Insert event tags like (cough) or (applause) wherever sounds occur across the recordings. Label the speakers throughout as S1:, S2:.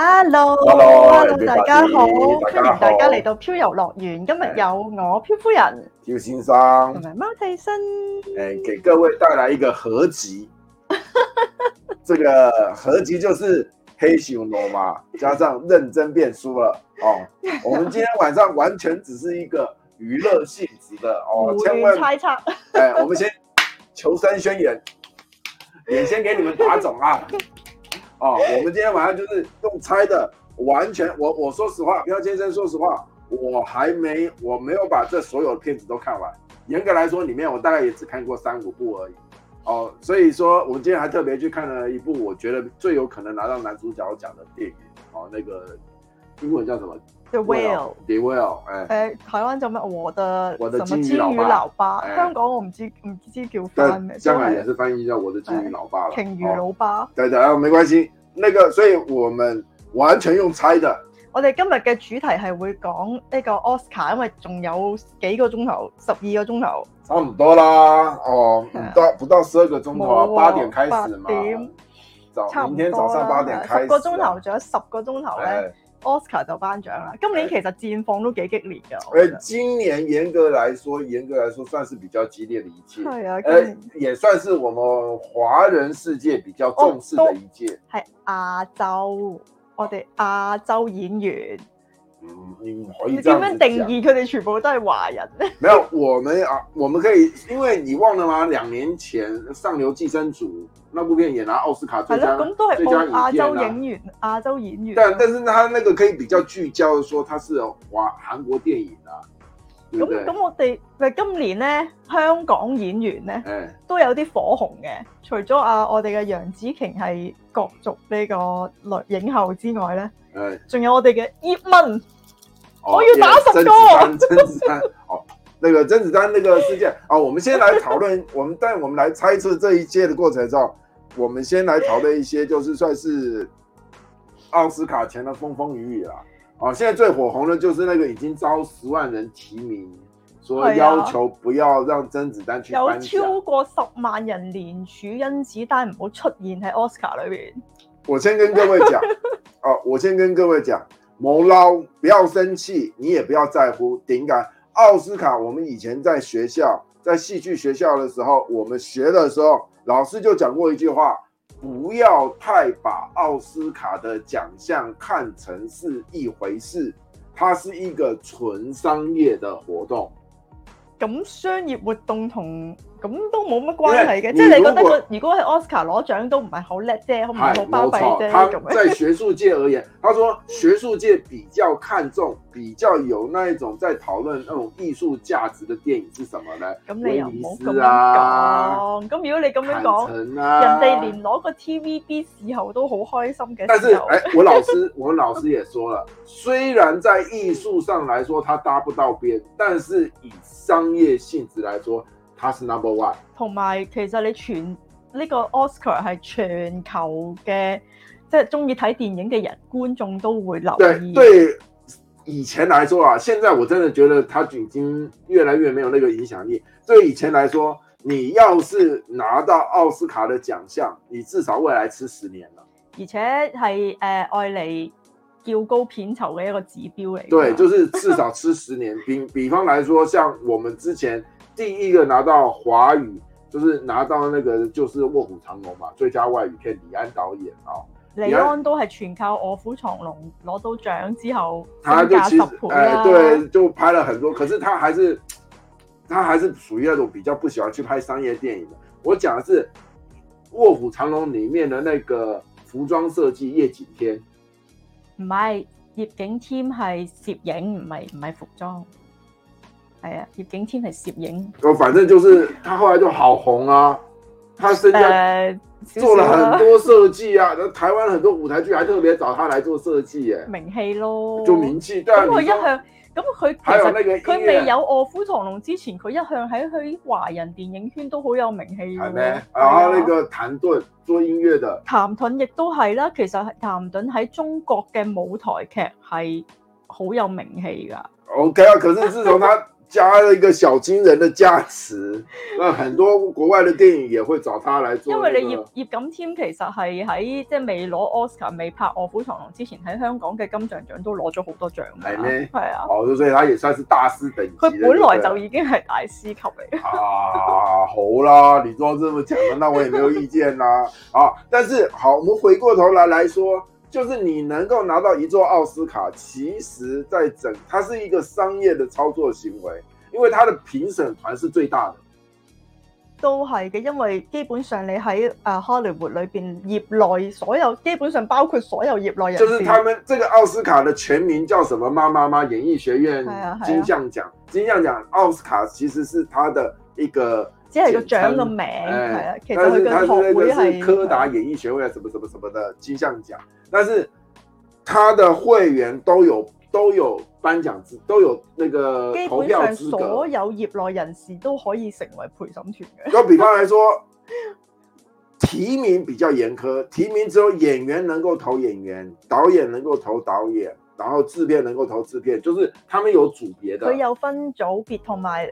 S1: Hello，Hello，
S2: Hello，
S1: 大家好，
S2: everybody，
S1: 歡迎
S2: 大
S1: 大
S2: 家
S1: 家
S2: 好
S1: 嚟到漂遊樂園。今日有我漂夫人
S2: 焦先生
S1: (laughs) 同，埋貓替身，
S2: 哎，给各位带来一个合集。这个合集就是黑熊罗嘛，加上认真变输了哦。我们今天晚上完全只是一个娱乐性质的哦，
S1: 胡
S2: 千
S1: 亂
S2: 万
S1: 猜測。
S2: (laughs) 哎，我们先求生宣言，也先给你们打肿啊。哦，我们今天晚上就是用猜的，完全我我说实话，漂先生说实话，我还没我没有把这所有的片子都看完。严格来说，里面我大概也只看过三五部而已。哦，所以说我今天还特别去看了一部我觉得最有可能拿到男主角奖的电影。哦，那个英文叫什么
S1: The Whale，
S2: The Whale，哎，
S1: 誒台灣做咩？我的
S2: 啊我的
S1: 什麼魚
S2: 金魚老爸
S1: 老爸，
S2: 誒
S1: 香港我唔知唔知叫翻咩，
S2: 但
S1: 都
S2: 香港也
S1: 係
S2: 是翻译叫《我的金鱼老爸》了。
S1: 鯨
S2: 哦
S1: 魚老爸。
S2: 对的，啊没关系。那个，所以我们完全用猜的，
S1: 我哋今日嘅主題係會講呢個 Oscar，因為仲有幾個鐘頭，十二個鐘頭。
S2: 差不多啦。
S1: (laughs)
S2: 哦，不
S1: 对啊
S2: 到不到十二个钟头啊，
S1: 冇
S2: 八
S1: 啊
S2: 点开始
S1: 八
S2: 嘛
S1: 點。差
S2: 早，
S1: 唔
S2: 哦明
S1: 多
S2: 天
S1: 啦，
S2: 早上八点开始啊。
S1: 十個鐘頭，仲有十個鐘頭咧。
S2: 哎，
S1: Oscar 就頒獎啦。今年其實戰況都幾激烈㗎，我
S2: 哎
S1: 覺，得
S2: 今年严格来说，严格来说算是比较激烈的一届，
S1: 係啊，今
S2: 哎
S1: 年，
S2: 也算是我们华人世界比较重视的一届。
S1: 係亞洲，我哋亞洲演員，
S2: 嗯，你唔
S1: 哦
S2: 可以
S1: 你
S2: 这
S1: 點
S2: 样子
S1: 樣定
S2: 讲。
S1: 義佢哋全部都係華人咧？
S2: 没有，我们啊，我们可以，因为你忘了吗？两年前《上流寄生族》那部片也拿奥斯卡
S1: 係
S2: 最
S1: 咯
S2: 佳，
S1: 咁都係
S2: 最佳
S1: 報
S2: 影
S1: 亞洲
S2: 片啊。
S1: 演員、亞洲演員。
S2: 但但是他那个可以比较聚焦说它是华韩国电影啊，对不对
S1: 咁？咁，我哋咪今年咧，香港演員咧
S2: 哎，
S1: 都有啲火紅嘅。除咗啊，我哋嘅楊紫瓊係角逐呢個女影后之外咧，
S2: 哎，
S1: 仲有我哋嘅葉問。
S2: 哦
S1: 我要打
S2: 因为
S1: 十个
S2: 甄子丹， (laughs) 甄子丹，哦，那个甄子丹那个事件啊，我们先来讨论，我们但我们来猜测这一届的过程中，我们先来讨论一些就是算是奥斯卡前的风风雨雨啦。哦，现在最火红的就是那个已经招十万人提名，说
S1: 对啊
S2: 要求不要让甄子丹去
S1: 有
S2: 颁奖。
S1: 超過十萬人連署甄子丹唔好出現喺 Oscar 裏邊，
S2: 我先跟各位讲，哦，我先跟各位讲，谋捞不要生气，你也不要在乎。顶感奥斯卡，我们以前在学校，在戏剧学校的时候，我们学的时候，老师就讲过一句话：不要太把奥斯卡的奖项看成是一回事，它是一个纯商业的活动。
S1: 咁商業活動同咁都冇乜關係嘅，
S2: 因為
S1: 即係你
S2: 你
S1: 覺得
S2: 如果
S1: 佢如果係 Oscar 攞獎都唔係好叻啫，唔
S2: 嗨
S1: 係好巴
S2: 冇
S1: 閉
S2: 错，
S1: 啫
S2: 他
S1: 咁樣。
S2: 在学术界而言，他说学术界比较看重、比较有那一种在讨论那种艺术价值的电影是什么呢？
S1: 咁你又唔好咁
S2: 威尼斯
S1: 樣
S2: 啊
S1: 講。咁如果你咁樣
S2: 坦
S1: 講，
S2: 诚
S1: 人
S2: 啊，
S1: 哋連攞個 TVB 視后都好開心
S2: 但
S1: 嘅
S2: 是
S1: 時候，
S2: 哎，我老师，我老师也说了，虽然在艺术上来说他搭不到边，但是以商业性质来说，他是 number one。
S1: 同埋其實你全呢、個 Oscar 係全球嘅，即係中意睇電影嘅人觀眾都會留
S2: 对
S1: 意。
S2: 对，以前来说啊，现在我真的觉得他已经越来越没有那个影响力。对以前来说，你要是拿到奥斯卡的奖项，你至少未来吃十年了。
S1: 而且係誒愛嚟叫高片酬嘅一個指標嚟㗎。
S2: 对，就是至少吃十年。比比方来说，像我们之前第一个拿到华语，就是拿到那个就是《卧虎藏龙》嘛，最佳外语片，李安导演啊、
S1: 李安都係全靠《卧虎藏龍》攞到獎之後
S2: 他
S1: 身
S2: 就
S1: 價
S2: 其
S1: 十
S2: 实
S1: 倍
S2: 哎、
S1: 啦。
S2: 对，就拍了很多，可是他还是他还是属于那种比较不喜欢去拍商业电影的。我讲的是《卧虎藏龙》里面的那个服装设计叶景天，
S1: 唔係葉景添係攝影，唔係唔係服裝。係啊，葉景添係攝影。
S2: 我哦反正就是他后来就好红啊，他身
S1: 誒、
S2: 上
S1: 少
S2: 做
S1: 少
S2: 了很
S1: 啦，
S2: 多设计啊，然后台湾很多舞台剧还特别找他来做设计耶，
S1: 名氣咯。
S2: 就名气。但
S1: 咁佢
S2: 你
S1: 一
S2: 说
S1: 向咁佢其
S2: 还有
S1: 實
S2: 那个
S1: 佢
S2: 音
S1: 未
S2: 乐
S1: 有《卧虎藏龍》之前，佢一向喺佢華人電影圈都好有名氣㗎喎。
S2: 还没，然
S1: 係啊
S2: 后那个谭盾做音乐的。
S1: 譚盾亦都係啦，其實譚盾喺中國嘅舞台劇係好有名氣㗎。
S2: 哦 OK 啊，可是自从他加了一个小金人的加持，那很多国外的電影也會找他來做、
S1: 因
S2: 那個。
S1: 為你葉葉錦添其實係喺即係未攞 Oscar、未拍《卧虎藏龍》之前，喺香港嘅金像獎都攞咗好多獎㗎。
S2: 係咩
S1: 係啊，
S2: 哦，所以他也算是大師等級
S1: 佢
S2: 的。
S1: 本來
S2: 對不對
S1: 就已經係大師級嚟 (laughs) 嘅。
S2: 啊，好啦，你都这么讲了，那我也没有意见啦。啊，但是好，我们回过头来来说，就是你能够拿到一座奥斯卡，其实在整它是一个商业的操作行为，因为它的评审团是最大的。
S1: 都係嘅，因為基本上你喺誒 Hollywood 裏邊業內所有，基本上包括所有業內人士，
S2: 就是他們這個奧斯卡的全名叫什麼？媽媽媽演藝學院
S1: 哎呀哎呀
S2: 金像獎，金像獎奧斯卡其實是它的一個
S1: 只係個獎嘅名
S2: 哎
S1: 係啦，啊其實
S2: 但
S1: 佢
S2: 是
S1: 嘅
S2: 它是
S1: 學會
S2: 那个是
S1: 係
S2: 柯達演藝學会啊，什么什么什么的金像奖，但是他的会员都有都有颁奖资，都有那个
S1: 基
S2: 投
S1: 本
S2: 票
S1: 上
S2: 资格
S1: 所。有業內人士都可以成為陪審團嘅。
S2: 就比方来说，提名比较严苛，提名只有演员能够投演员，导演能够投导演，然后制片能够投制片，就是他们有组别的
S1: 佢。有分組別同埋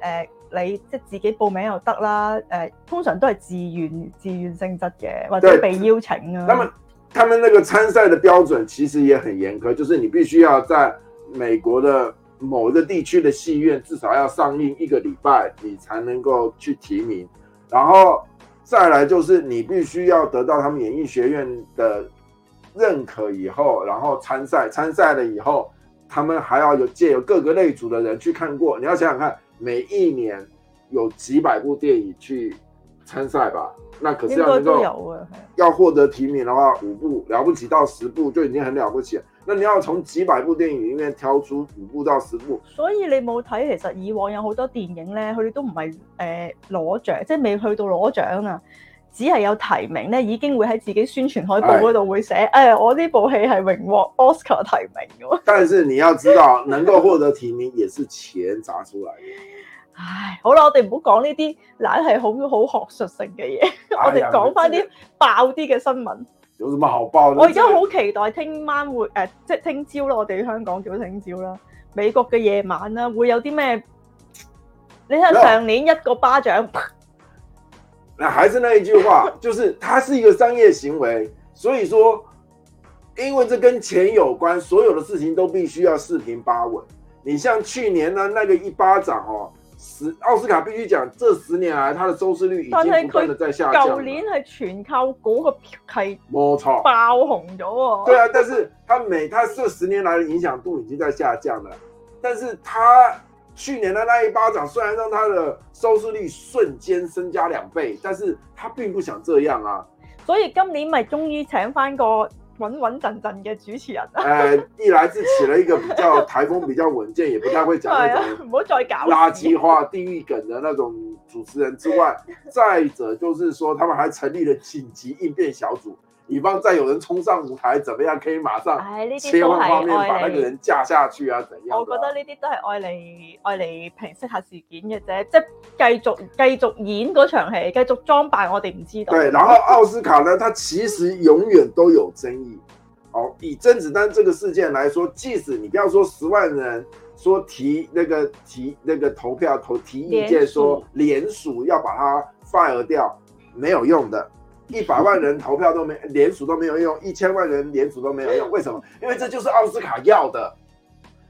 S1: 誒，你即係自己報名又得啦。誒、通常都係自願、自願性質嘅，或者
S2: 對
S1: 被邀請啊。
S2: 那么他们那个参赛的标准其实也很严苛，就是你必须要在美国的某一个地区的戏院至少要上映一个礼拜，你才能够去提名。然后再来就是你必须要得到他们演艺学院的认可以后，然后参赛，参赛了以后，他们还要有借由各个类组的人去看过。你要想想看，每一年有几百部电影去参赛吧，那可
S1: 應
S2: 是要
S1: 該
S2: 能
S1: 都
S2: 够
S1: 有啊。係
S2: 要获得提名的话，五部了不起到十部就已经很了不起了。那你要从几百部电影里面挑出五部到十部，
S1: 所以你冇睇，其實以往有好多電影咧，佢哋都唔係誒攞獎，即係未去到攞獎啊，只係有提名咧，已經會喺自己宣傳海報嗰度會寫，誒、我呢部戲係榮獲 Oscar 提名嘅喎。
S2: 但是你要知道，能够获得提名也是钱砸出来的。
S1: 唉，好啦，我哋唔好講呢啲懶係好好學術性嘅
S2: (laughs)
S1: 嘢，我哋講翻
S2: 哎呀
S1: 啲爆啲嘅新聞。
S2: 有什么好报的？
S1: 我而家好期待聽晚會誒、呃即係聽朝啦，我哋香港叫聽朝啦，美國嘅夜晚啦，會有啲咩？你睇下上年一個巴掌。
S2: 那还是那一句话， (laughs) 就是它是一个商业行为，所以说，因为这跟钱有关，所有的事情都必须要四平八稳。你像去年呢那个一巴掌哦，十奥斯卡必须讲，这十年来它的收视率已
S1: 但是
S2: 经不断的在下降
S1: 舊
S2: 了。
S1: 年係全靠嗰個係
S2: 没错，
S1: 爆紅咗喎。
S2: 对啊，但是他每他这十年来的影响度已经在下降了，但是他去年的那一巴掌虽然让他的收视率瞬间增加两倍，但是他并不想这样啊，
S1: 所以今年咪終於請翻個穩穩陣陣嘅主持人啦。
S2: 呃， (laughs) 一来是起了一个比较台风比较稳健，也不太会讲
S1: 係啊
S2: 那，
S1: (laughs)
S2: 种
S1: 唔好再搞
S2: 垃
S1: 事
S2: 圾话、地狱梗的那种主持人之外，再者就是说他们还成立了紧急应变小组，以防再有人冲上舞台，怎么样可以马上
S1: 唉，呢啲
S2: 切
S1: 都
S2: 换画面
S1: 係
S2: 把
S1: 愛
S2: 那个
S1: 嚟，
S2: 人架下去啊，怎样的啊、
S1: 哎我覺得呢啲都係愛嚟愛嚟平息下事件嘅啫，即係繼續繼續演嗰場戲，繼續裝扮我哋唔知道。
S2: 对，然后奥斯卡呢，它其实永远都有争议。哦，以甄子丹这个事件来说，即使你不要说十万人说提那个提那个投票投提意见
S1: 联署
S2: 说联署要把它 fire 掉，没有用的。一百万人投票都没联署都没有用，一千万人联署都没有用，为什么？因为这就是奥斯卡要的。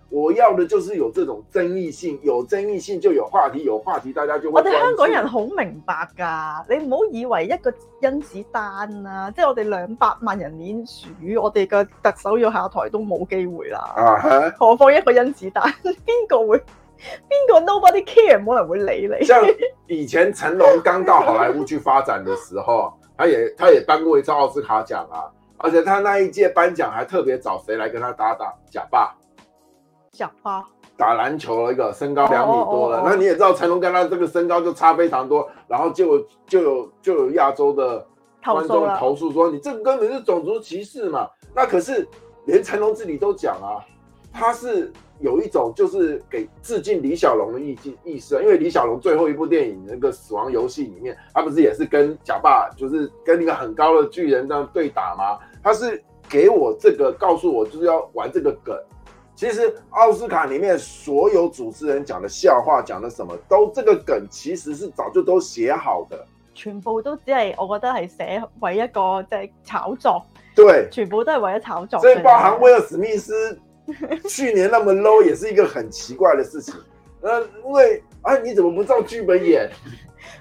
S2: 我要的就是有这种争议性，有争议性就有话题，有话题大家就
S1: 我
S2: 会
S1: 哋
S2: 关
S1: 香港
S2: 注
S1: 人好明白㗎，你唔好以為一個甄子丹啊，即係我哋兩百萬人面鼠，我哋嘅特首要下台都冇機會啦。
S2: 啊哈。
S1: 何況一個甄子丹， (laughs) 邊個會？邊個 nobody care 冇人會理 (laughs) 你？
S2: 像以前成龙刚到好莱坞去发展的时候， (laughs) 他也他也颁过一次奥斯卡奖啊，而且他那一届颁奖还特别找谁来跟他搭档，假爸
S1: 入啊！
S2: 打篮球的一个身高两米多
S1: 哦
S2: 的
S1: 哦哦，
S2: 那你也知道成龙跟他这个身高就差非常多，然后就有就有就有亚洲的
S1: 投
S2: 观
S1: 訴
S2: 众
S1: 啦，
S2: 投诉说你这根本是种族歧视嘛。那可是连成龙自己都讲啊，他是有一种就是给致敬李小龙的意境意思啊，因为李小龙最后一部电影那个《死亡游戏》里面，他不是也是跟假爸就是跟一个很高的巨人这样对打吗？他是给我这个告诉我就是要玩这个梗。其实奥斯卡里面所有主持人讲的笑话，讲的什么都这个梗，其实是早就都写好的。
S1: 全部都只係我覺得係寫為一個即係炒作，
S2: 对，
S1: 全部都係為咗炒作。
S2: 所以包含威尔史密斯
S1: (laughs)
S2: 去年那么 low 也是一个很奇怪的事情。呃，因为啊，你怎么不照剧本演？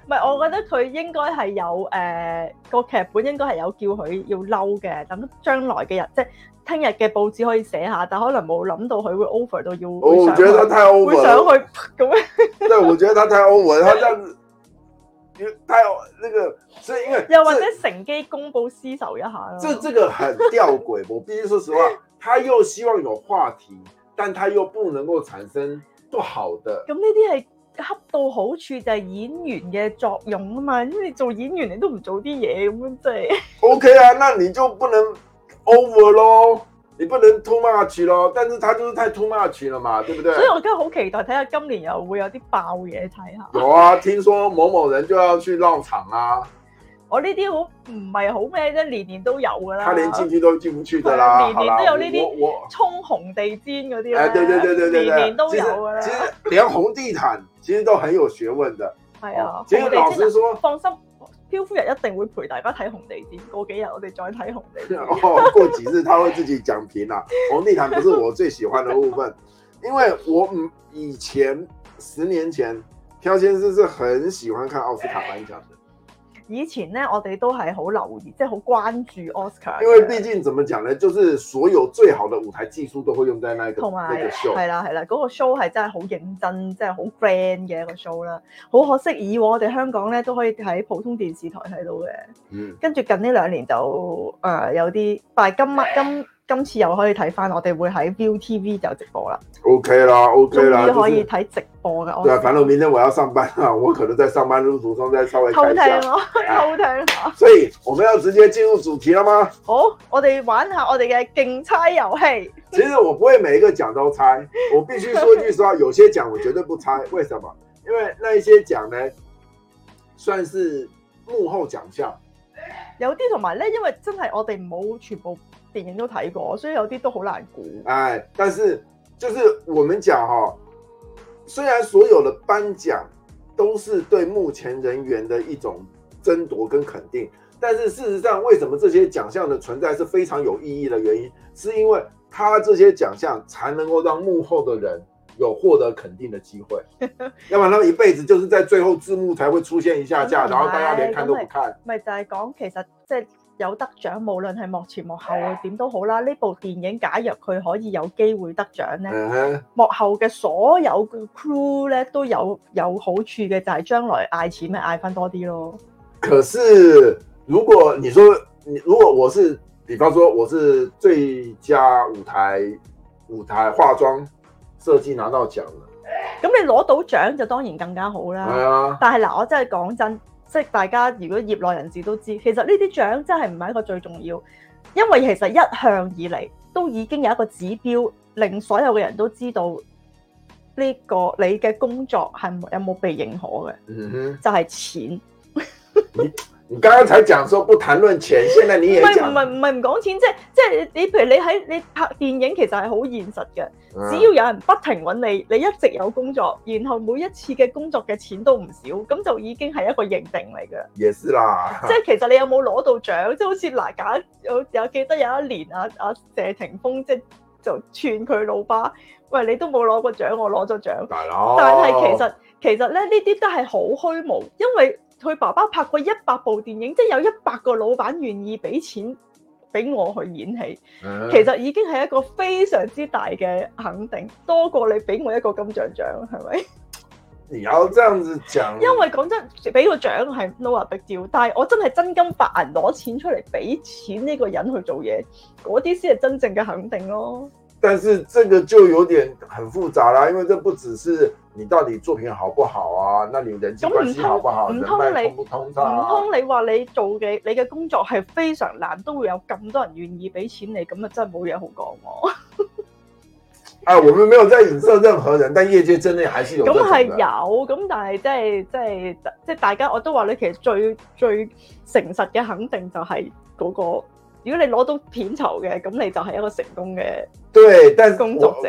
S1: 唔係，我覺得佢應該係有誒、呃、個劇本應該係有叫佢要嬲嘅，等將來嘅日即係聽日嘅報紙可以寫下，但可能冇諗到佢會 over 到要
S2: 我
S1: 會
S2: 我
S1: 上
S2: 觉得他
S1: 去，
S2: 太 over
S1: 會上
S2: 了，
S1: 去咁樣，
S2: 对，我觉得他太 over，了他这样子，因为太那个，所以因为
S1: 又或
S2: 这
S1: 者乘機公報私仇一下啦。
S2: 这这个很吊诡，我必须说
S1: (laughs)
S2: 实话，他又希望有话题，但他又不能够产生不好的。
S1: 咁呢啲係恰到好處就係演員嘅作用啊嘛，因為你做演員你都唔做啲嘢咁樣，即係
S2: OK 啊，那你就不能 over 咯，你不能 too much 咯，但是他就是太 too much 了嘛，对不对？
S1: 所以我真係好期待睇下今年又會有啲爆嘢睇下。
S2: 有啊，听说某某人就要去绕场啊，
S1: 我哦呢啲好唔係好咩啫，年年都有㗎啦。
S2: 他连进去都进不去的啦。
S1: 年年
S2: 好啦，
S1: 都有呢啲
S2: 我我
S1: 衝紅地氈嗰啲
S2: 我
S1: 咧，
S2: 哎，对对对对对对，
S1: 年年都
S2: 其
S1: 有啊㗎
S2: 实其
S1: 啦。
S2: 实连红地毯其实都很有学问的。哦
S1: 係啊，
S2: 其
S1: 紅
S2: 实
S1: 地
S2: 老实
S1: 氈
S2: 说 (laughs)
S1: 啊，，放心，漂夫人一定會陪大家睇紅地氈。過幾日我哋再睇紅地氈。
S2: 哦，过几日他会自己讲评啦。 (laughs) 红地毯不是我最喜欢的部分，因为我嗯以前十年前，朴先生是很喜欢看奥斯卡颁奖的，
S1: 以前咧，我哋都係好留意，即係好關注 Oscar 啊嘅。
S2: 因为毕竟怎么讲呢，就是所有最好的舞台技术都会用在那个
S1: 同
S2: 那
S1: 埋
S2: 个秀。
S1: 係啦係啦，嗰、個 show 係真係好認真，真係好 grand 嘅一個 show 啦。好可惜，以往我哋香港咧都可以喺普通電視台睇到嘅，
S2: 嗯，
S1: 跟住近呢兩年就誒、呃有啲，但係今
S2: (laughs)
S1: 晚今今次又可以睇翻，我哋會喺 View TV 就直播啦，
S2: OK 啦，OK 啦，
S1: 終於
S2: 就
S1: 可以
S2: 是
S1: 睇直播嘅。
S2: 对啊，反正明天我要上班啊，我可能在上班路途中再稍微
S1: 偷
S2: 看一下
S1: 聽。咯， (laughs) 偷聽咯。
S2: 所以我们要直接进入主题了吗？
S1: 好，我哋玩下我哋嘅競猜遊戲。
S2: 其实我不会每一个奖都猜，我必须说句实话，有些奖我绝对不猜，为什么？因为那一些奖呢，算是幕后奖项，
S1: 有啲同埋咧，因為真係我哋冇全部電影都睇過，所以有啲都好難估。
S2: 哎，但是就是我们讲哈、哦，虽然所有的颁奖都是对目前人员的一种争夺跟肯定，但是事实上，为什么这些奖项的存在是非常有意义的原因，是因为它这些奖项才能够让幕后的人有获得肯定的机会，要不然他们一辈子就是在最后字幕才会出现一下下，然后大家连看都不看。
S1: 咪就係講其實即係有得獎，無論係幕前幕後點都好啦。呢部電影假若佢可以有機會得獎咧，
S2: 嗯哼。
S1: 幕後嘅所有嘅 crew 咧都有有好處嘅，就係將來嗌錢咪嗌翻多啲咯。
S2: 可是如果你说你如果我是，比方说我是最佳舞台舞台化妆设计拿到奖了，
S1: 咁你攞到獎就當然更加好啦。
S2: 哎呀，
S1: 但係嗱，我真係講真，即係大家如果業內人士都知，其實呢啲獎真係唔係一個最重要，因為其實一向以嚟都已經有一個指標，令所有嘅人都知道呢、個你嘅工作係有冇被認可嘅，
S2: 嗯哼，
S1: 就係、錢。
S2: 你刚刚才讲说不谈论钱，现在你
S1: 唔
S2: 也
S1: 係
S2: 讲
S1: 唔，係唔係唔講錢，即係即係你譬如你喺你拍電影，其實係好現實嘅。只要
S2: 嗯
S1: 有人不停揾你，你一直有工作，然後每一次嘅工作嘅錢都唔少，咁就已經係一個認定嚟嘅。
S2: 也是啦，
S1: 即係其實你有冇攞到獎？即係好似嗱，假有有記得有一年啊啊謝霆鋒即係就串佢老爸，喂你都冇攞過獎，我攞咗獎。
S2: 大佬，
S1: 但係其實其實咧呢啲都係好虛無，因為佢爸爸拍過一百部電影，即係有一百個老闆願意俾錢俾我去演戲，
S2: 嗯
S1: 其實已經係一個非常之大嘅肯定，多過你俾我一個金像獎，係咪？
S2: 你要这样子讲，
S1: 因為講真，俾個獎係 no a big deal，但係我真係真金白銀攞錢出嚟俾錢呢個人去做嘢，嗰啲先係真正嘅肯定咯。
S2: 但是这个就有点很复杂啦，因为这不只是你到底作品好不好啊，那你人际
S1: 咁唔
S2: 关系
S1: 通
S2: 好不好，
S1: 唔
S2: 人
S1: 通
S2: 脉
S1: 你
S2: 通不通
S1: 唔
S2: 畅啊？
S1: 通你話你做嘅你嘅工作係非常難，都會有咁多人願意俾錢你，咁啊真係冇嘢好講喎。
S2: 啊，我们没有在影射任何人，但业界真的还是有这
S1: 咁啊
S2: 种
S1: 係
S2: 的。
S1: 有，咁但係即係即係即係大家我都話你其實最最誠實嘅肯定就係嗰個如果你攞到片酬嘅，咁你就係一個成功嘅
S2: 对，但是
S1: 工作
S2: 我
S1: 者。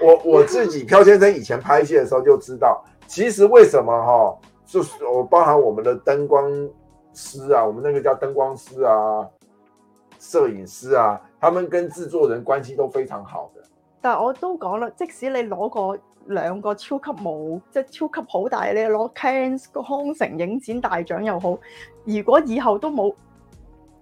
S2: 我我自己漂先生以前拍戏的时候就知道，其实为什么哈，就是我包含我们的灯光师啊，我们那个叫灯光师啊，摄影师啊，他们跟制作人关系都非常好的。
S1: 但係我都講啦，即使你攞過兩個超級冇，即係超級好大，你攞 Cannes 個康城影展大獎又好，如果以後都冇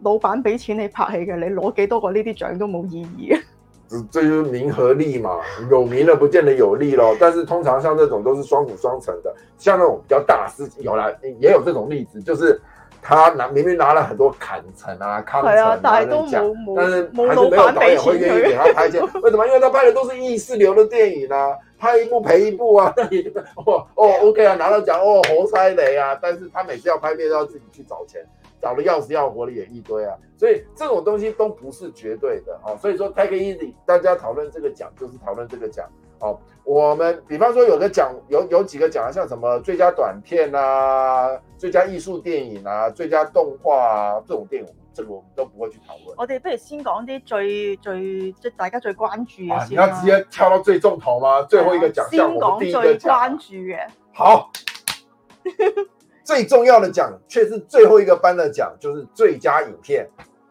S1: 老闆俾錢你拍戲嘅，你攞幾多個呢啲獎都冇意義嘅。
S2: 这这就是名和利嘛，有名了不见得有利咯。但是通常像这种都是双股双成的，像那种比较大的事情，有啦，也有这种例子，就是他拿明明拿了很多坎城啊、康城
S1: 係啊，但
S2: 那
S1: 係都
S2: 种奖
S1: 冇
S2: 但是
S1: 冇冇
S2: 还
S1: 老
S2: 是没有
S1: 闆
S2: 导
S1: 俾
S2: 演会
S1: 錢
S2: 愿意
S1: 佢
S2: 给。他拍钱，为什么？因为他拍的都是意识流的电影啊，拍一部赔一部啊。那你哦哦，OK 啊，拿到奖哦，活塞雷啊。但是他每次要拍片都要自己去找钱，找的要死要活的也一堆啊。所以这种东西都不是绝对的哦。所以说 take it easy，大家讨论这个奖就是讨论这个奖哦。我们比方说有个奖，有有几个奖啊，像什么最佳短片啊、最佳艺术电影啊、最佳动画啊这种电影，这个我们都不会去讨论。
S1: 我哋不如先講啲最最即係大家最關注嘅，
S2: 啊你
S1: 先
S2: 要
S1: 啦。
S2: 直接跳到最重头吗？最后一个奖
S1: 先
S2: 项，我们第
S1: 講
S2: 一个
S1: 啊最
S2: 奖
S1: 關。注嘅，
S2: 好， (laughs) 最重要的奖却是最后一个颁的奖，就是最佳影片，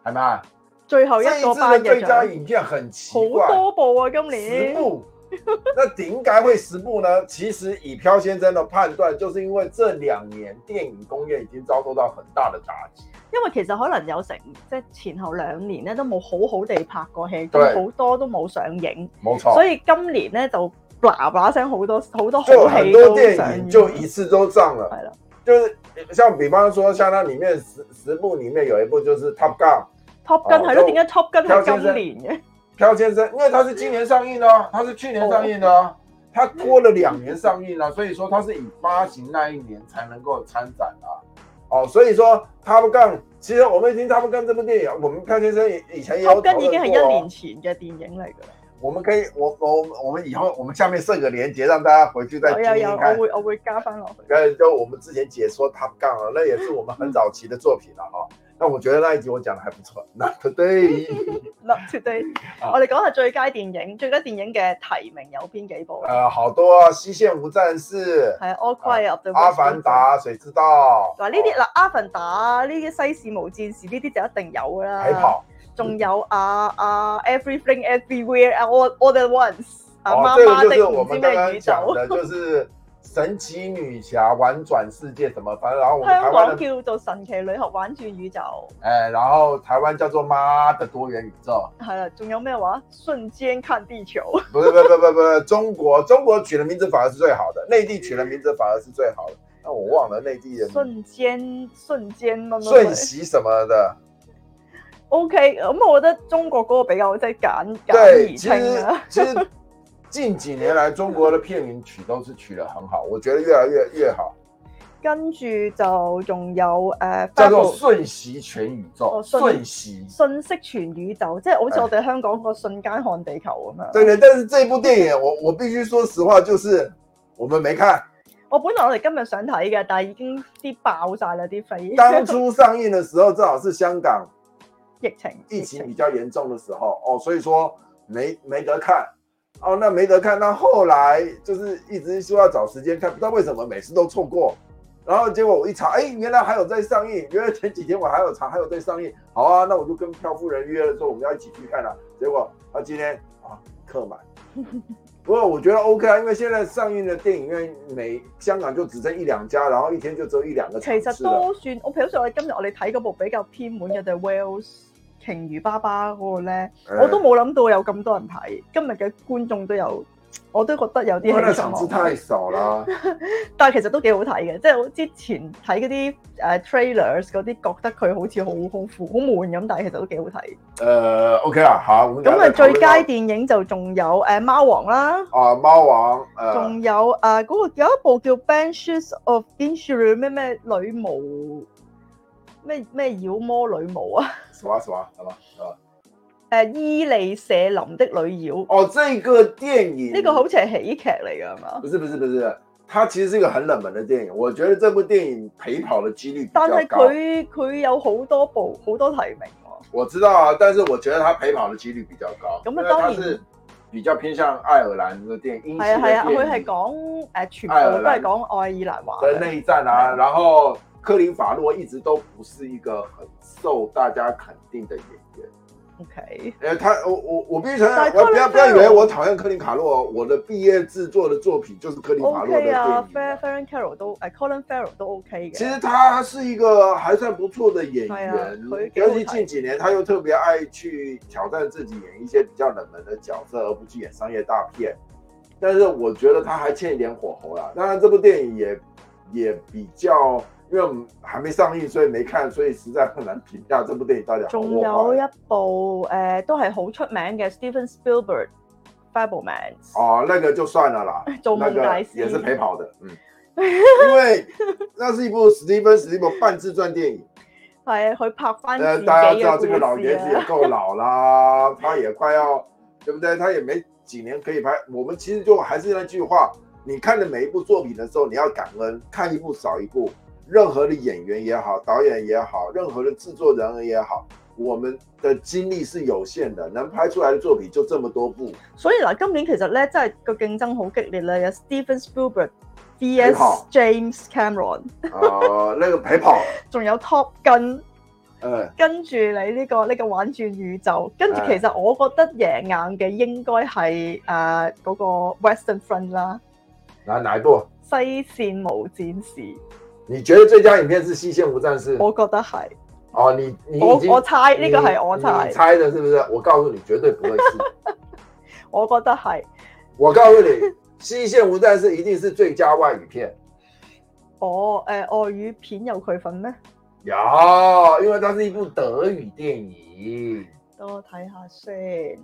S2: 系咪啊？
S1: 最後一
S2: 这一
S1: 個
S2: 次
S1: 班
S2: 的
S1: 嘅
S2: 最佳
S1: 獎
S2: 影片很奇怪，
S1: 好多部啊！今
S2: 十
S1: 年
S2: 部。 (laughs) 那顶该会十部呢？其实以飘先生的判断，就是因为这两年电影工业已经遭受到很大的打击。
S1: 因為其實可能有成即係前後兩年咧都冇好好地拍過戲，
S2: 對哦
S1: 咁好多都冇上映，
S2: 没错，
S1: 所以今年咧就嗱嗱聲好多好多好
S2: 就
S1: 戲
S2: 很
S1: 都
S2: 多
S1: 上
S2: 电
S1: 映，
S2: 影就一次都上了。
S1: 係啦，
S2: 就是呃像比方说，像它里面十十部里面有一部就是《Top Gun》，
S1: Top Gun
S2: 哦
S1: 係咯，
S2: 都
S1: 點解 Top Gun
S2: 漂先
S1: 係
S2: 生
S1: 今年嘅？
S2: 朴先生，因为它是今年上映的、啊，它是去年上映的、
S1: 哦
S2: 啊，它拖了两年上映啊，所以说它是以发行那一年才能够参展啊。哦，所以说《Top Gun》，其实我们已经《Top Gun》这部电影，我们朴先生也以前也有
S1: Top
S2: 讨
S1: Gun 已
S2: 论
S1: 經係
S2: 过、哦
S1: 一年。前嘅電影嚟㗎啦，
S2: 我们可以，我我我们以后我们下面设个链接，让大家回去再
S1: 有有
S2: 听
S1: 有，
S2: 听看
S1: 我。會我會加翻落去。
S2: 呃，就我们之前解说 Top Gun 啊，那也是我们很早期的作品了啊、那我觉得那一集我讲的还不错，那对，
S1: Not today，
S2: 啊
S1: 我哋講下最佳電影，最佳電影嘅提名有邊幾部啦？
S2: 呃，好多啊，《西线无战事》、
S1: 係《All 啊 Quiet of the
S2: 《啊阿凡
S1: Western
S2: 达》、《水之道》
S1: 嗱呢啲嗱《阿凡達》呢啲《西事無戰事》呢啲就一定有㗎啦。
S2: 海跑
S1: 仲有啊啊 Everything Everywhere All All at Once 啊
S2: 哦，
S1: 媽
S2: 这
S1: 媽
S2: 个就是
S1: 的
S2: 我
S1: 唔知
S2: 们刚
S1: 咩宇
S2: 刚讲
S1: 宙，
S2: 的，就是神奇女侠玩转世界什么，反正然后
S1: (laughs)
S2: 我们台
S1: 香
S2: 湾
S1: 港
S2: 的，
S1: 叫做神奇女俠玩轉宇宙，
S2: 哎，然后台湾叫做妈的多元宇宙，
S1: 係啦，仲有咩話瞬間看地球，
S2: 不是不是不是不是，中国中国取的名字反而是最好的，内地取的名字反而是最好的，那我忘了内地的名字
S1: 瞬間瞬間乜乜
S2: 瞬
S1: 乜
S2: 息什么的。
S1: ，OK，咁我覺得中國嗰個比較即係簡簡
S2: 对，
S1: 而
S2: 其
S1: 清
S2: 实
S1: 啦，
S2: 其实近几年来，中国的片名取都是取得很好，我觉得越来越越好，
S1: 跟住就仲有呃誒
S2: 叫
S1: 花
S2: 做
S1: 部
S2: 瞬息全宇宙，
S1: 哦瞬
S2: 瞬息。
S1: 信息全宇宙，即係好似我哋香港個瞬間看地球咁樣。
S2: 对对，但是这部电影，我我必须说实话，就是我们没 (laughs) 看。
S1: 我本來我哋今日想睇嘅，但係已經啲爆晒啦啲飛。
S2: 当初上映的时候，正好是香港
S1: 疫情，
S2: 疫情比较严重的时候哦，所以说没没得看哦，那没得看，那后来就是一直说要找时间看，不知道为什么每次都错过，然后结果我一查，哎，原来还有在上映，原来前几天我还有查还有在上映，好啊，那我就跟漂夫人约了说我们要一起去看了、结果他今天啊客
S1: (laughs)
S2: 满。不过我觉得 OK 啊，因为现在上映的电影院每香港就只剩一两家，然后一天就只有一两个
S1: 其
S2: 场次了。
S1: 實都算。我譬如好似我哋今日我哋睇嗰部比較偏門嘅就 Wales 鯨魚爸爸嗰個咧，
S2: 嗯
S1: 我都冇諗到有咁多人睇。今日嘅觀眾都有，我都覺得有
S2: 因为哎那
S1: 啲
S2: 场次
S1: 喜
S2: 太
S1: 望。
S2: 少了。
S1: 但係其實都幾好睇嘅，即係我之前睇嗰啲誒 trailers 嗰啲，覺得佢好似好好苦、好悶咁，但係其實都幾好睇。
S2: 呃，OK 啦，好，我们等
S1: 咁
S2: 下再
S1: 啊，
S2: 讨论
S1: 最佳電影就仲有誒《貓王》啦。
S2: 啊，猫王，呃，
S1: 仲有啊，嗰、個有一部叫《Banshees of Inisherin》咩咩女巫咩咩妖魔女巫啊， (laughs)
S2: 什么什么什么呃，
S1: 誒伊利舍林的女妖，
S2: 哦，这个电影，
S1: 呢、個好似係喜劇嚟㗎係嘛？
S2: 不是不是不是，它其实是一个很冷门的电影，我觉得这部电影陪跑的几率比较
S1: 但
S2: 高。
S1: 係佢佢有好多部好多提名喎、喎。
S2: 我知道啊，但是我觉得他陪跑的几率比较高，
S1: 咁啊
S2: 因为
S1: 當然
S2: 他是比较偏向爱尔兰的电影，英式
S1: 係啊
S2: 的
S1: 係啊，
S2: 电
S1: 佢
S2: 影
S1: 係講誒全部
S2: 愛爾
S1: 都係
S2: 蘭
S1: 講愛爾蘭話
S2: 的
S1: 嘅。
S2: 内战啊，然后科林法洛一直都不是一个很受大家肯定的演员。
S1: O K，
S2: 呃，他我我我必须承
S1: 但
S2: 认，
S1: 克
S2: 我
S1: 林
S2: 不要
S1: 法洛
S2: 不要以为我讨厌科林卡洛，我的毕业制作的作品就是科林法
S1: O
S2: 洛
S1: K
S2: 的电
S1: 啊
S2: 影。
S1: ，Fer Ferran Carroll 都誒 Colin Farrell 都 O K 嘅。
S2: 其实他是一个还算不错的演
S1: 哎呀
S2: 员
S1: 可以，给
S2: 尤
S1: 我
S2: 其
S1: 看
S2: 近几年他又特别爱去挑战自己演一些比较冷门的角色，而不去演商业大片。但是我觉得他还欠一点火候啦。当然，这部电影也也比较，因为我们还没上映，所以没看，所以实在很难评价这部电影到底好
S1: 仲
S2: 或
S1: 有一
S2: 坏。
S1: 部誒、呃都係好出名嘅 Steven Spielberg《Bible Man》
S2: 哦，那个就算了啦，
S1: 做
S2: 那
S1: 夢大
S2: 个
S1: 師，
S2: 也是陪跑的，
S1: (laughs)
S2: 嗯，因为那是一部 Steven Spielberg 半自传电影。
S1: 係啊，佢拍翻
S2: 呃，
S1: 自己
S2: 大家知道
S1: 嘅
S2: 这个老
S1: 故事
S2: 爷子也
S1: 啊。
S2: 够老啦，他也快要，对不对？他也没几年可以拍。我们其实就还是那句话，你看的每一部作品的时候，你要感恩，看一部少一部。任何的演员也好，导演也好，任何的制作人也好，我们的精力是有限的，能拍出来的作品就这么多部。
S1: 所以嗱，今年其實咧真係個競爭好激烈啦，有 Steven Spielberg。
S2: 陪
S1: V.S.
S2: 跑
S1: James Cameron，
S2: 啊，那个陪跑，
S1: 仲有 Top Gun，
S2: 呃，
S1: 跟住你呢、個呢、個玩轉宇宙，跟住
S2: 係
S1: 其實我覺得贏硬嘅應該係誒嗰個 Western Front 啦，
S2: 哪哪一部？
S1: 西線無戰事，
S2: 你觉得最佳影片是《西线无战事》？
S1: 我覺得係，
S2: 哦，你嗯你
S1: 我
S2: 已经
S1: 我猜呢、個係我
S2: 你
S1: 猜
S2: 你。猜的是不是？我告诉你，绝对不会
S1: (laughs)
S2: 是。
S1: 我覺得係，
S2: 我告诉你，《西线无战事》一定是最佳外语片。
S1: 我誒、呃、外語片有佢份咩？
S2: 有，因为它是一部德语电影。
S1: 等我睇下先，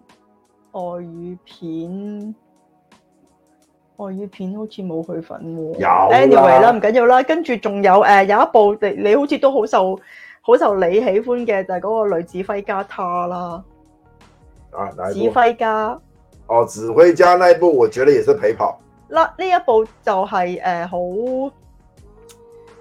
S1: 外語片，外語片好似冇佢份喎。
S2: 有
S1: anyway 啦，
S2: 啦
S1: 唔緊要啦。跟住仲有誒、呃有一部你你好似都好受好受你喜歡嘅就係、嗰個女指揮家她啦，
S2: 啊，哪
S1: 指
S2: 一部？
S1: 揮家。
S2: 哦，指挥家那一部，我觉得也是陪跑。
S1: 嗱呢一部就係誒好誒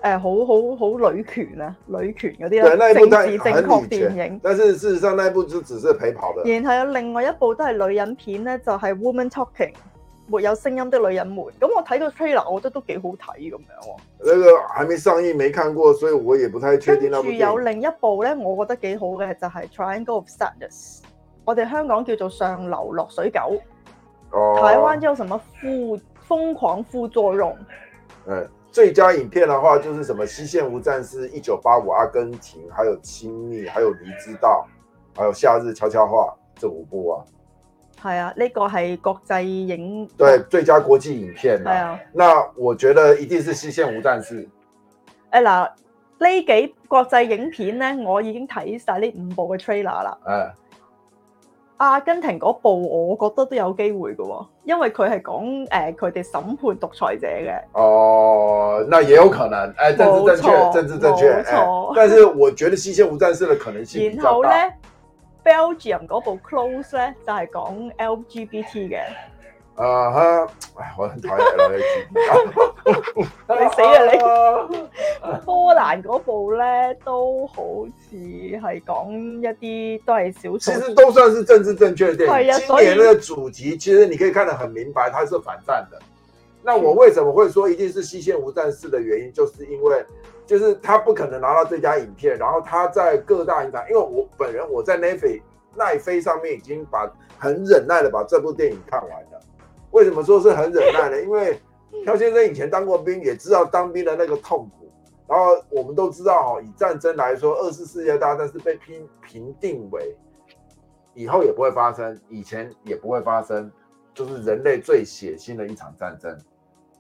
S1: 好好好女權啊，女權嗰啲
S2: 對那
S1: 啦，
S2: 一部
S1: 政
S2: 都係
S1: 治正確
S2: 很女
S1: 電
S2: 權
S1: 影。
S2: 但是事实上，那一部就只是陪跑的。
S1: 然後有另外一部都係女人片咧，就係、Woman Talking，沒有聲音的女人們。咁我睇個 trailer，我覺得都幾好睇咁樣喎。
S2: 那个还没上映，没看过，所以我也不太确
S1: 跟
S2: 定那部
S1: 住
S2: 电
S1: 有
S2: 影。
S1: 另一部咧，我覺得幾好嘅就係、Triangle of Sadness，我哋香港叫做上流落水狗，
S2: 哦，
S1: 台灣叫什麼副瘋狂副作用。
S2: 嗯，最佳影片的话就是什么《西线无战事》、《一九八五》、阿根廷，还有《亲密》，还有《离之道》，还有《夏日悄悄话》这五部啊。
S1: 係啊，呢、個係國際影
S2: 对，最佳国际影片嘛、
S1: 係啊。
S2: 那我觉得一定是《西线无战事》。
S1: 誒嗱，呢幾國際影片咧，我已經睇晒呢五部嘅 trailer 啦。
S2: 哎，
S1: 阿根廷嗰部我覺得都有機會嘅喎，因為佢係講誒佢哋審判獨裁者嘅，
S2: 哦，那也有可能。哎，政治正
S1: 没错
S2: 确，政治正确。
S1: 没
S2: 哎
S1: 错，
S2: 但是我觉得《西线无战事》的可能性比
S1: 然後
S2: 较大。
S1: 咧 Belgium 嗰部 Close 咧就係講 LGBT 嘅，
S2: 啊哈，哎，我很讨厌 L A G。
S1: (laughs) 你死啊你
S2: (laughs) 你！
S1: 波蘭嗰部咧都好似係講一啲都係
S2: 其
S1: 少數，
S2: 实都算是政治正确的电
S1: 对
S2: 影。
S1: 呀
S2: 今
S1: 所以
S2: 年的主题其实你可以看得很明白，它是反战的。那我为什么会说一定是《西线无战事》的原因，就是因为就是他不可能拿到最佳影片，然后他在各大影展，因为我本人我在奈飞奈飞上面已经把很忍耐的把这部电影看完了。为什么说是很忍耐呢？因为朴先生以前当过兵，也知道当兵的那个痛苦。然后我们都知道哦，以战争来说，二次世界大战是被评评定为以后也不会发生，以前也不会发生，就是人类最血腥的一场战争。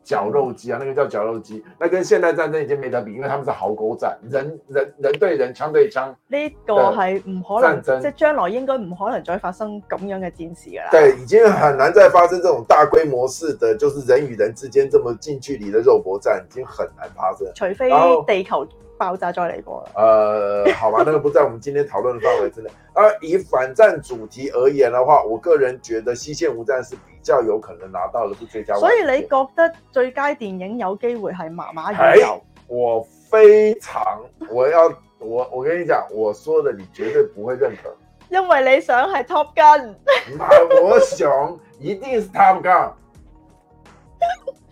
S2: 绞肉机啊，那个叫绞肉机，那跟现代战争已经没得比，因为他们是壕沟战，人人人对人，枪对枪，
S1: 呢個係唔可能，
S2: 戰爭
S1: 即係將來應該唔可能再發生咁樣嘅戰事㗎啦。
S2: 对，已经很难再发生这种大规模式的，就是人与人之间这么近距离的肉搏战，已经很难发生了。
S1: 除非
S2: 然後
S1: 地球爆炸再嚟過啦。
S2: 呃，好吧，那个不在我们今天讨论的范围之内。 (laughs) 而以反战主题而言的话，我个人觉得《西线无战》是比较有可能拿到的部最佳外
S1: 所以
S2: 语片。
S1: 你覺得最佳電影有機會係《麻麻宇宙》
S2: 係我非常我要我我跟你讲，我说的你绝对不会认可。
S1: 因為你想係 Top Gun，
S2: 马我想一定是 Top Gun，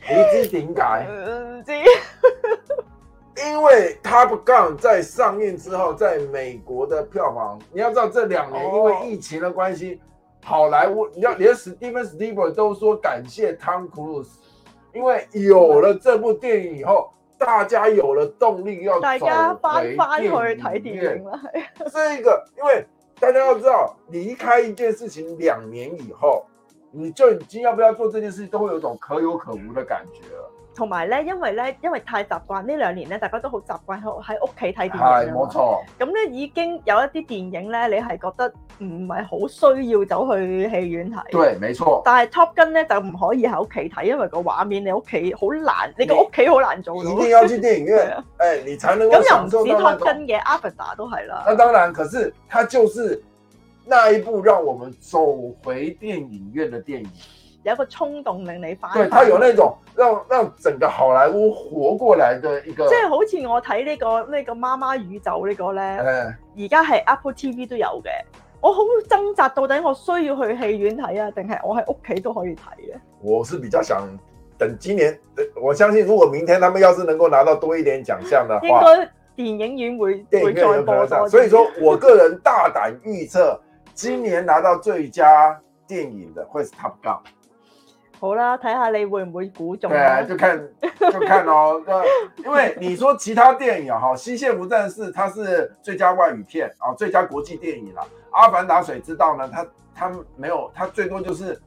S2: 你知点解？
S1: 唔知
S2: 因为 Top Gun 在上映之后，在美国的票房，你要知道这两年
S1: 哦
S2: 因为疫情的关系，好莱坞，你要连史蒂芬史蒂 n 都说感谢汤库鲁斯，因为有了这部电影以后，大家有了动力要
S1: 大家
S2: 走
S1: 翻
S2: 回
S1: 翻去
S2: 电
S1: 睇
S2: 影
S1: 電
S2: 院
S1: 影啦，
S2: 这个，因为大家要知道，离开一件事情两年以后，你就已经要不要做这件事，都会有一种可有可无的感觉了。
S1: 同埋咧，因為咧，因為太習慣呢兩年咧，大家都好習慣喺喺屋企睇電
S2: 系
S1: 影啊
S2: 冇
S1: 嘛。
S2: 错，
S1: 咁咧已經有一啲電影咧，你係覺得唔係好需要走去戲院睇。
S2: 对，没错。
S1: 但係 Top Gun 咧就唔可以喺屋企睇，因為個畫面你屋企好難，你個屋企好難做
S2: 一
S1: 到。
S2: 定要去电影
S1: 係
S2: 院，
S1: 啊
S2: 哎，你才能
S1: 咁
S2: 够
S1: 又
S2: 享
S1: 唔
S2: 受
S1: 止
S2: 到那
S1: Top
S2: 种。
S1: Gun 嘅 Avatar 都係啦
S2: 那。当然，可是它就是那一部让我们走回电影院的电影。
S1: 有一個衝動令你翻。
S2: 对，它有那种让让整个好莱坞活过来的一个
S1: 即，係好似我睇呢、個呢、個媽媽宇宙呢個咧，
S2: 哎，
S1: 而家係 Apple TV 都有嘅。我好掙扎，到底我需要去戲院睇啊，定係我喺屋企都可以睇咧？
S2: 我是比较想等今年，呃我相信如果明天他们要是能够拿到多一点奖项的
S1: 應
S2: 话，
S1: 該電影院會
S2: 电影
S1: 會
S2: 院
S1: 再
S2: 有可
S1: 播
S2: 能
S1: 多
S2: 上。
S1: 啲。
S2: 所以说我个人大胆预测，今年拿到最佳电影的会是《Top Gun》。
S1: 好啦，睇下你會唔會估中
S2: 对
S1: 啦
S2: 啊，就看就看哦。那因为你说其他电影啊哈，《西线无战事》它是最佳外语片啊，最佳国际电影啦，《阿凡达：水之道》呢，它它没有，它最多就是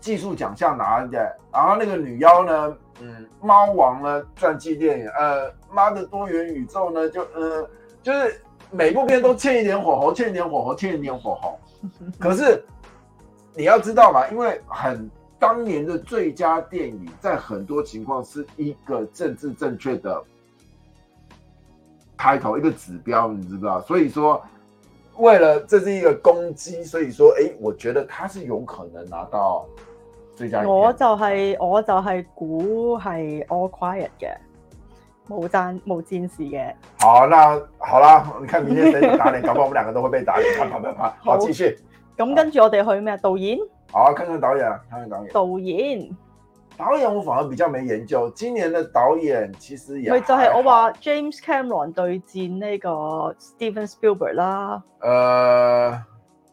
S2: 技术奖项拿的。然后那个女妖呢，嗯，猫王呢，传记电影，呃，妈的多元宇宙呢，就呃，就是每部片都欠一点火候，欠一点火候，欠一点火候。可是你要知道嘛，因为很当年的最佳电影，在很多情况是一个政治正确的开头，一个指标，你知道？所以说，为了这是一个攻击，所以说，哎，我觉得他是有可能拿到最佳影片。
S1: 我就係、我就係估係 All Quiet 嘅，冇戰冇戰士嘅。
S2: 好，那好啦，你看明天谁打脸，搞不好我们两个都会被打脸。啪啪啪啪，好，
S1: 好
S2: 继续，啊
S1: 咁跟住我哋去咩？導演，
S2: 好，看看导演，看看导演，
S1: 導演，
S2: 导演我反而比较没研究，今年的导演其实也
S1: 咪就係
S2: 还
S1: 我
S2: 好
S1: 話 James Cameron 對戰呢個 Steven Spielberg 啦。
S2: 呃，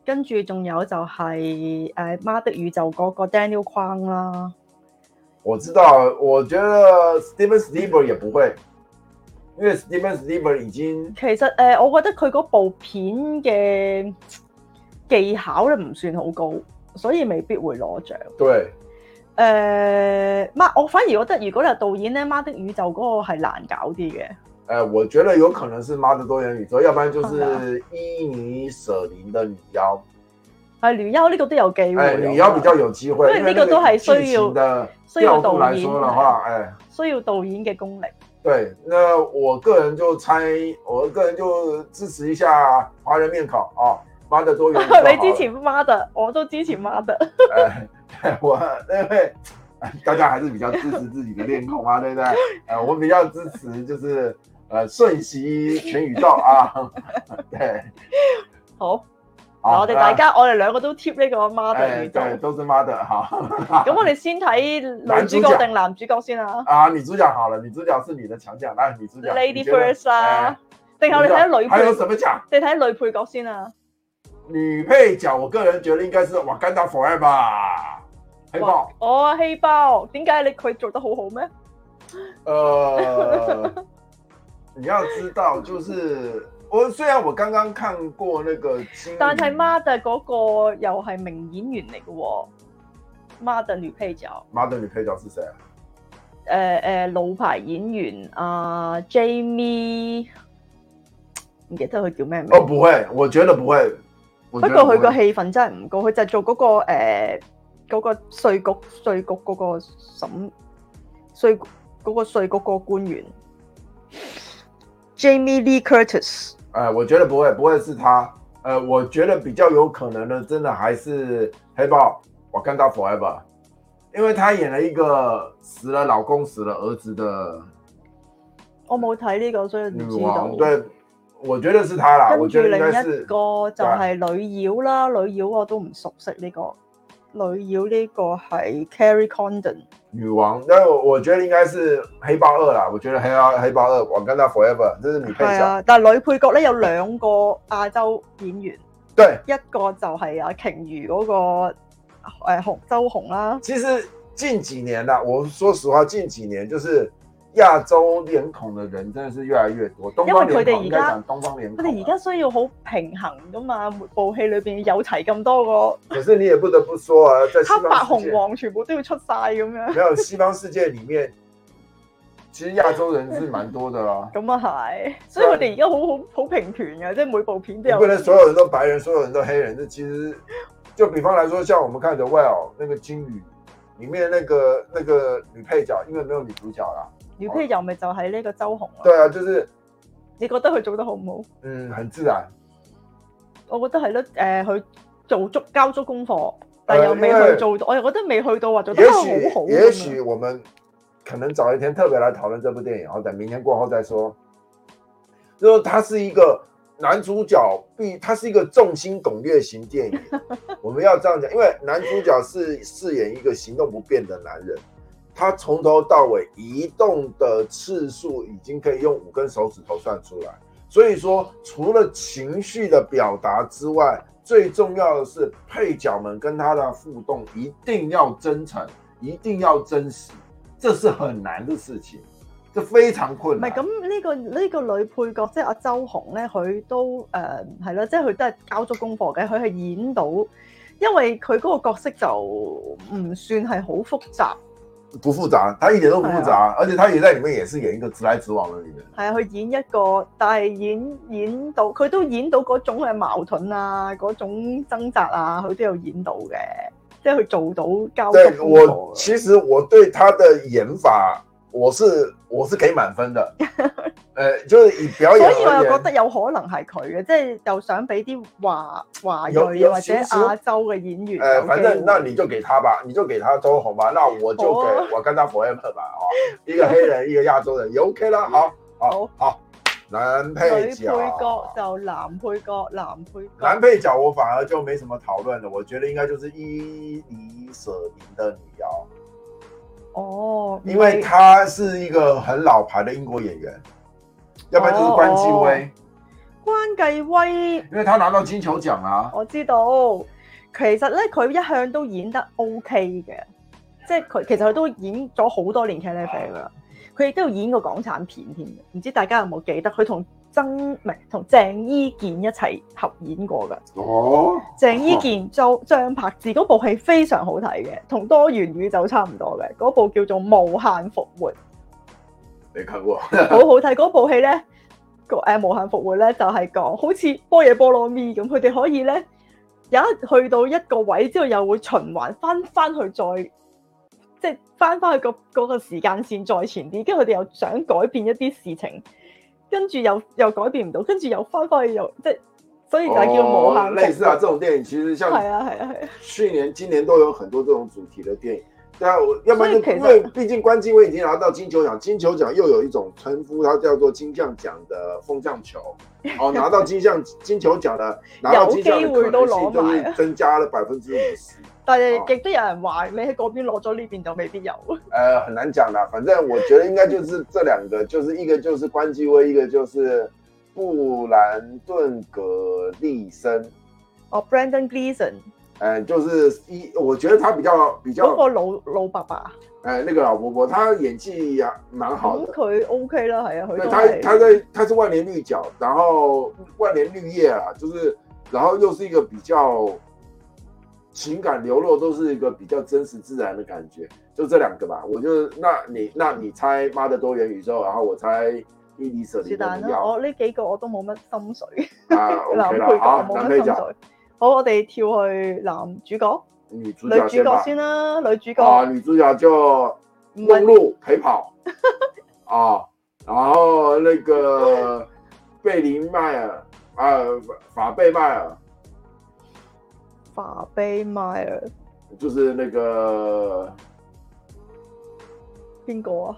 S1: 跟住仲有就係誒《媽的宇宙》嗰個 Daniel Kwan 啦，
S2: 我知道，我觉得 Steven Spielberg 也不会，因为 Steven Spielberg 已经
S1: 其實誒、呃我覺得佢嗰部片嘅技巧咧唔算好高，所以未必會攞獎。誒、
S2: 对
S1: 媽，我反而覺得如果你話導演咧，《媽的宇宙》嗰個係難搞啲嘅。
S2: 呃，我觉得有可能是《妈的多元宇宙》，要不然就
S1: 好
S2: 是伊尼舍林的女妖。
S1: 係女優呢個都有機會，
S2: 哎，女妖比較有機會，
S1: 對
S2: 因為
S1: 呢個都係需要
S2: 那個劇情的
S1: 需要
S2: 調
S1: 導
S2: 度
S1: 演
S2: 來說的話，哎，
S1: 需要導演嘅
S2: (laughs)
S1: 功力。
S2: 對，那我個人就猜，我個人就支持一下華人面孔啊，媽的多元宇宙好
S1: (laughs)
S2: 了。
S1: 你之前媽的，我都支持媽的。
S2: 哎，对 (laughs) 我因为哎大家还是比较支持自己的练功啊，对不 (laughs) 对？呃，我比较支持就是呃瞬息全宇宙啊， (laughs) 对，
S1: 好，
S2: 好
S1: 嗱我哋大家，我哋兩個都貼呢個《媽
S2: 那
S1: 的
S2: 哎
S1: 宇宙》
S2: 对都是妈的好， (laughs)
S1: 咁我哋先睇女主
S2: 男主
S1: 角
S2: 角
S1: 定男主角先啊
S2: 啊，女主角好了，女主角是你的强项，来，女主角你
S1: ，Lady
S2: 觉得
S1: First 啊
S2: 哎，
S1: 定係我哋睇女
S2: 还有
S1: 配，
S2: 什么奖？
S1: 你睇女配角先啊？
S2: 女配角，我个人觉得应该是瓦干达 forever 吧黑豹，
S1: 哦，希包，點解你佢做得好好咩？
S2: 呃， (laughs) 你要知道，就是我虽然我刚刚看过那个金鱼，
S1: 但係 Mother 嗰個又係名演員嚟嘅喎，Mother 女配角，
S2: 妈的女配角是谁啊？
S1: 誒、誒老牌演員啊、Jamie，唔記得佢叫咩名。
S2: 哦，不会，我觉得不会。我
S1: 不
S2: 觉
S1: 過
S2: 得
S1: 佢
S2: 不
S1: 個
S2: 会。
S1: 戲份真係唔高，佢就係做嗰、個誒嗰、個税局税局嗰個審税嗰、個税局嗰個官員 Jamie Lee Curtis。
S2: 哎，我觉得不会，不会是他。呃，我觉得比较有可能的，真的还是黑豹。我看到 Forever，因为他演了一个死了老公、死了儿子的
S1: 我冇睇呢個，所以
S2: 女
S1: 唔知道
S2: 王。。对，我觉得是他啦，我
S1: 跟住
S2: 觉得
S1: 另
S2: 应该
S1: 一
S2: 是
S1: 個就係女妖啦，女妖我都唔熟悉呢、個女妖呢個係 Carrie Condon，
S2: 女王，但我我觉得应该是黑豹二啦，我觉得黑豹黑豹二，我跟他 forever，这是你配
S1: 係
S2: 角，
S1: 啊，但係女配角咧有兩個亞洲演員，
S2: 对，
S1: 一個就係阿鯨魚嗰、個誒洪周紅啦，
S2: 其实近几年啦，我说实话，近几年就是亚洲脸孔的人真的是越来越多，东方
S1: 因為佢哋
S2: 脸孔
S1: 而
S2: 应
S1: 家
S2: 该讲东方脸
S1: 佢
S2: 孔
S1: 哋而
S2: 啊。
S1: 家需要好平衡噶嘛，每部戲裏邊有齊咁多
S2: 可是你也不得不说啊，在
S1: 個
S2: 西
S1: 黑白
S2: 方世界
S1: 紅黃全部都要出晒咁樣，
S2: 没有西方世界里面，其实亚洲人是蛮多
S1: (laughs)
S2: 的啦。
S1: 咁啊係，所以佢哋而家好好好平權嘅，即係每部片都
S2: 你
S1: 有
S2: 不能所有人都白人，所有人都黑人。这其实，就比方来说，像我们看的《Well》那个金鱼里面那个那个女配角，因为没有女主角啦。
S1: 女配角咪就係呢個周紅啦。
S2: 对啊，就是
S1: 你覺得佢做得好唔
S2: 嗯，很自然。
S1: 好？我覺得係咯，誒、佢做足交足功課，但又未
S2: 因為
S1: 去做到，我又覺得未去到話做得
S2: 也
S1: 啊好好
S2: 许
S1: 咁樣。
S2: 也许我们可能找一天特别来讨论这部电影，然后等明天过后再说。就是它是一个男主角必，它是一个众星拱月型电影。我们要这样讲，因为男主角是饰演一个行动不便的男人，他从头到尾移动的次数已经可以用五根手指头算出来。所以说，除了情绪的表达之外，最重要的是配角们跟他的互动一定要真诚，一定要真实，这是很难的事情，这非常困
S1: 唔
S2: 难
S1: 係。咁呢個呢、個女配角即係阿周紅咧，佢都誒係咯，即係佢都係交足功課嘅，佢係演到，因為佢嗰個角色就唔算係好複雜，
S2: 不复杂，他一点都不复杂，而且他也在里面也是演一个直来直往的女人。
S1: 啊係啊，佢演一個，但係演演到佢都演到嗰種嘅矛盾啊，嗰種掙扎啊，佢都有演到嘅，即係佢做到交
S2: 对
S1: 足功課
S2: 我，
S1: 嘅。
S2: 其实我对他的演法，我是我是给满
S1: (laughs)
S2: 分的。呃，就是以表演
S1: 所以我
S2: 而
S1: 又覺
S2: 言，
S1: 得有可能係佢嘅，即係又想俾啲華華裔
S2: 有有
S1: 或者
S2: 少少
S1: 亞洲嘅演員
S2: 呃，
S1: 有
S2: 反
S1: 機
S2: 正
S1: 會
S2: 那你就给他吧，你就给他周红吧，那我就
S1: 好啊
S2: 给我跟他 forever 吧，哦，一个黑人，一个亚洲人，也 OK 啦，好，好
S1: 好，
S2: 好，男配
S1: 哦女配
S2: 角，
S1: 角就男配角，男配角
S2: 男配角我反而就没什么讨论了，我觉得应该就是伊犁舍林的女妖。
S1: 哦，
S2: 因为
S1: 唔係
S2: 他是一个很老牌的英国演员，要不然就是关继威，
S1: 哦關繼威，
S2: 因为他拿到金球奖啊。
S1: 我知道其實咧佢一向都演得 OK 嘅，即係佢其實佢都演咗好多年茄喱啡噶啦，佢亦都有演過港產片添嘅，唔知大家有冇記得佢同曾唔係同鄭伊健一齊合演過㗎。
S2: 哦，
S1: 鄭伊健做張柏芝嗰部戲非常好睇嘅，同多元宇宙差唔多嘅，嗰部叫做《無限復活》，
S2: 没看过，
S1: 好好睇。嗰部戲咧，個誒無呃限復活咧就係講好似波野波羅咪咁，佢哋可以咧有一去到一個位之後，又會循環翻翻去再即係翻翻去個嗰個時間線再前啲，跟住佢哋又想改變一啲事情，跟住又又改變唔到，跟住又翻翻去又即係，所以就係叫無限
S2: 哦类似啊，
S1: 復
S2: 这种电影其实
S1: 活。係
S2: 像
S1: 啊係啊係啊！
S2: 去年、今年都有很多这种主题的电影。但我要不然就
S1: 所以其
S2: 因
S1: 实
S2: 为毕竟关继威已经拿到金球奖，金球奖又有一种称呼，它叫做金像奖的风
S1: (laughs)
S2: 向球。哦，拿到金像金球奖的，拿到金像的
S1: 有机会
S2: 可
S1: 都
S2: 能
S1: 攞
S2: 性
S1: 埋
S2: 就
S1: 啊
S2: 是增加了百分之五十。
S1: 但
S2: 哦
S1: 係亦都有人話你喺嗰邊攞咗呢邊就未必有。
S2: 呃，很难讲啦，反正我觉得应该就是这两个，就是一个就是关继威，一个就是布兰顿葛利森。
S1: 哦，Brandon Gleeson
S2: 呃，就是一，我觉得他比较比
S1: 嗰
S2: 较，
S1: 個老老伯啊伯，
S2: 呃，那个老伯伯，他演技也蛮好
S1: 咁
S2: 的。
S1: 佢 OK 啦，係啊，佢
S2: 对
S1: 都
S2: 他，他
S1: 係
S2: 在他是万年绿角，然后万年绿叶啊，就是，然后又是一个比较情感流露，都是一个比较真实自然的感觉，就这两个吧。我就那你那你猜妈的多元宇宙，然后我猜伊犁舍
S1: 是
S2: 林
S1: 但
S2: 的
S1: 啦。
S2: 药
S1: 我呢幾個我都冇乜心水，
S2: 啊
S1: (laughs) 男
S2: ，OK
S1: 配
S2: 了，
S1: 角我
S2: 好，
S1: 冇
S2: 男
S1: 乜
S2: 配
S1: 心
S2: 角、
S1: 水。好，我哋跳去男主角、
S2: 女主
S1: 女
S2: 角
S1: 主
S2: 先
S1: 角
S2: 吧。
S1: 先啦，女主
S2: 啊，
S1: 角
S2: 女主角就
S1: 唔
S2: 梦
S1: 係
S2: 露陪跑啊，然后那个贝林迈尔啊，法贝迈尔。
S1: 法比邁爾
S2: 就是那个
S1: 邊個啊？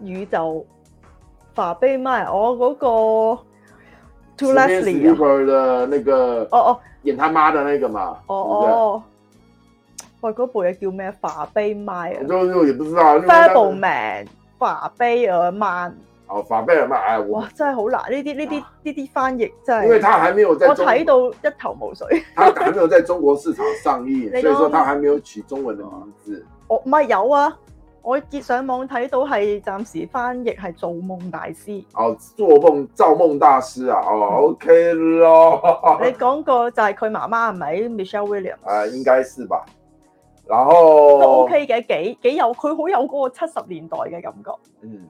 S1: 宇宙爸悲咪我嗰個 To
S2: 史蒂
S1: Leslie 啊，
S2: 芬的那个
S1: 哦哦
S2: 演他妈的那个嘛，
S1: 哦
S2: 哦，
S1: 哦，喂嗰部嘢叫咩？爸悲咪啊
S2: 我就就也不知道，因为那
S1: f a b
S2: 个
S1: l e m a n 爸悲爾曼，
S2: 哦法贝尔嘛，哎我
S1: 哇真係好難，呢啲呢啲呢啲翻譯真
S2: 因为
S1: 係，
S2: 他还没有在
S1: 我
S2: 中，
S1: 睇到一頭霧水。 (laughs)
S2: 他还没有在中国市场上映，
S1: 你
S2: 所以说
S1: 講
S2: 他还没有取中文的名字。
S1: 我唔係有啊，我見上網睇到係暫時翻譯係做夢大師。你
S2: 哦，做梦造梦大师啊，哦，OK 咯， (laughs)
S1: 講過就係佢媽媽係咪 Michelle Williams？
S2: 啊，应该是吧。然
S1: 都
S2: 后
S1: OK 嘅，幾幾有佢好有嗰個七十年代嘅感覺。
S2: 嗯，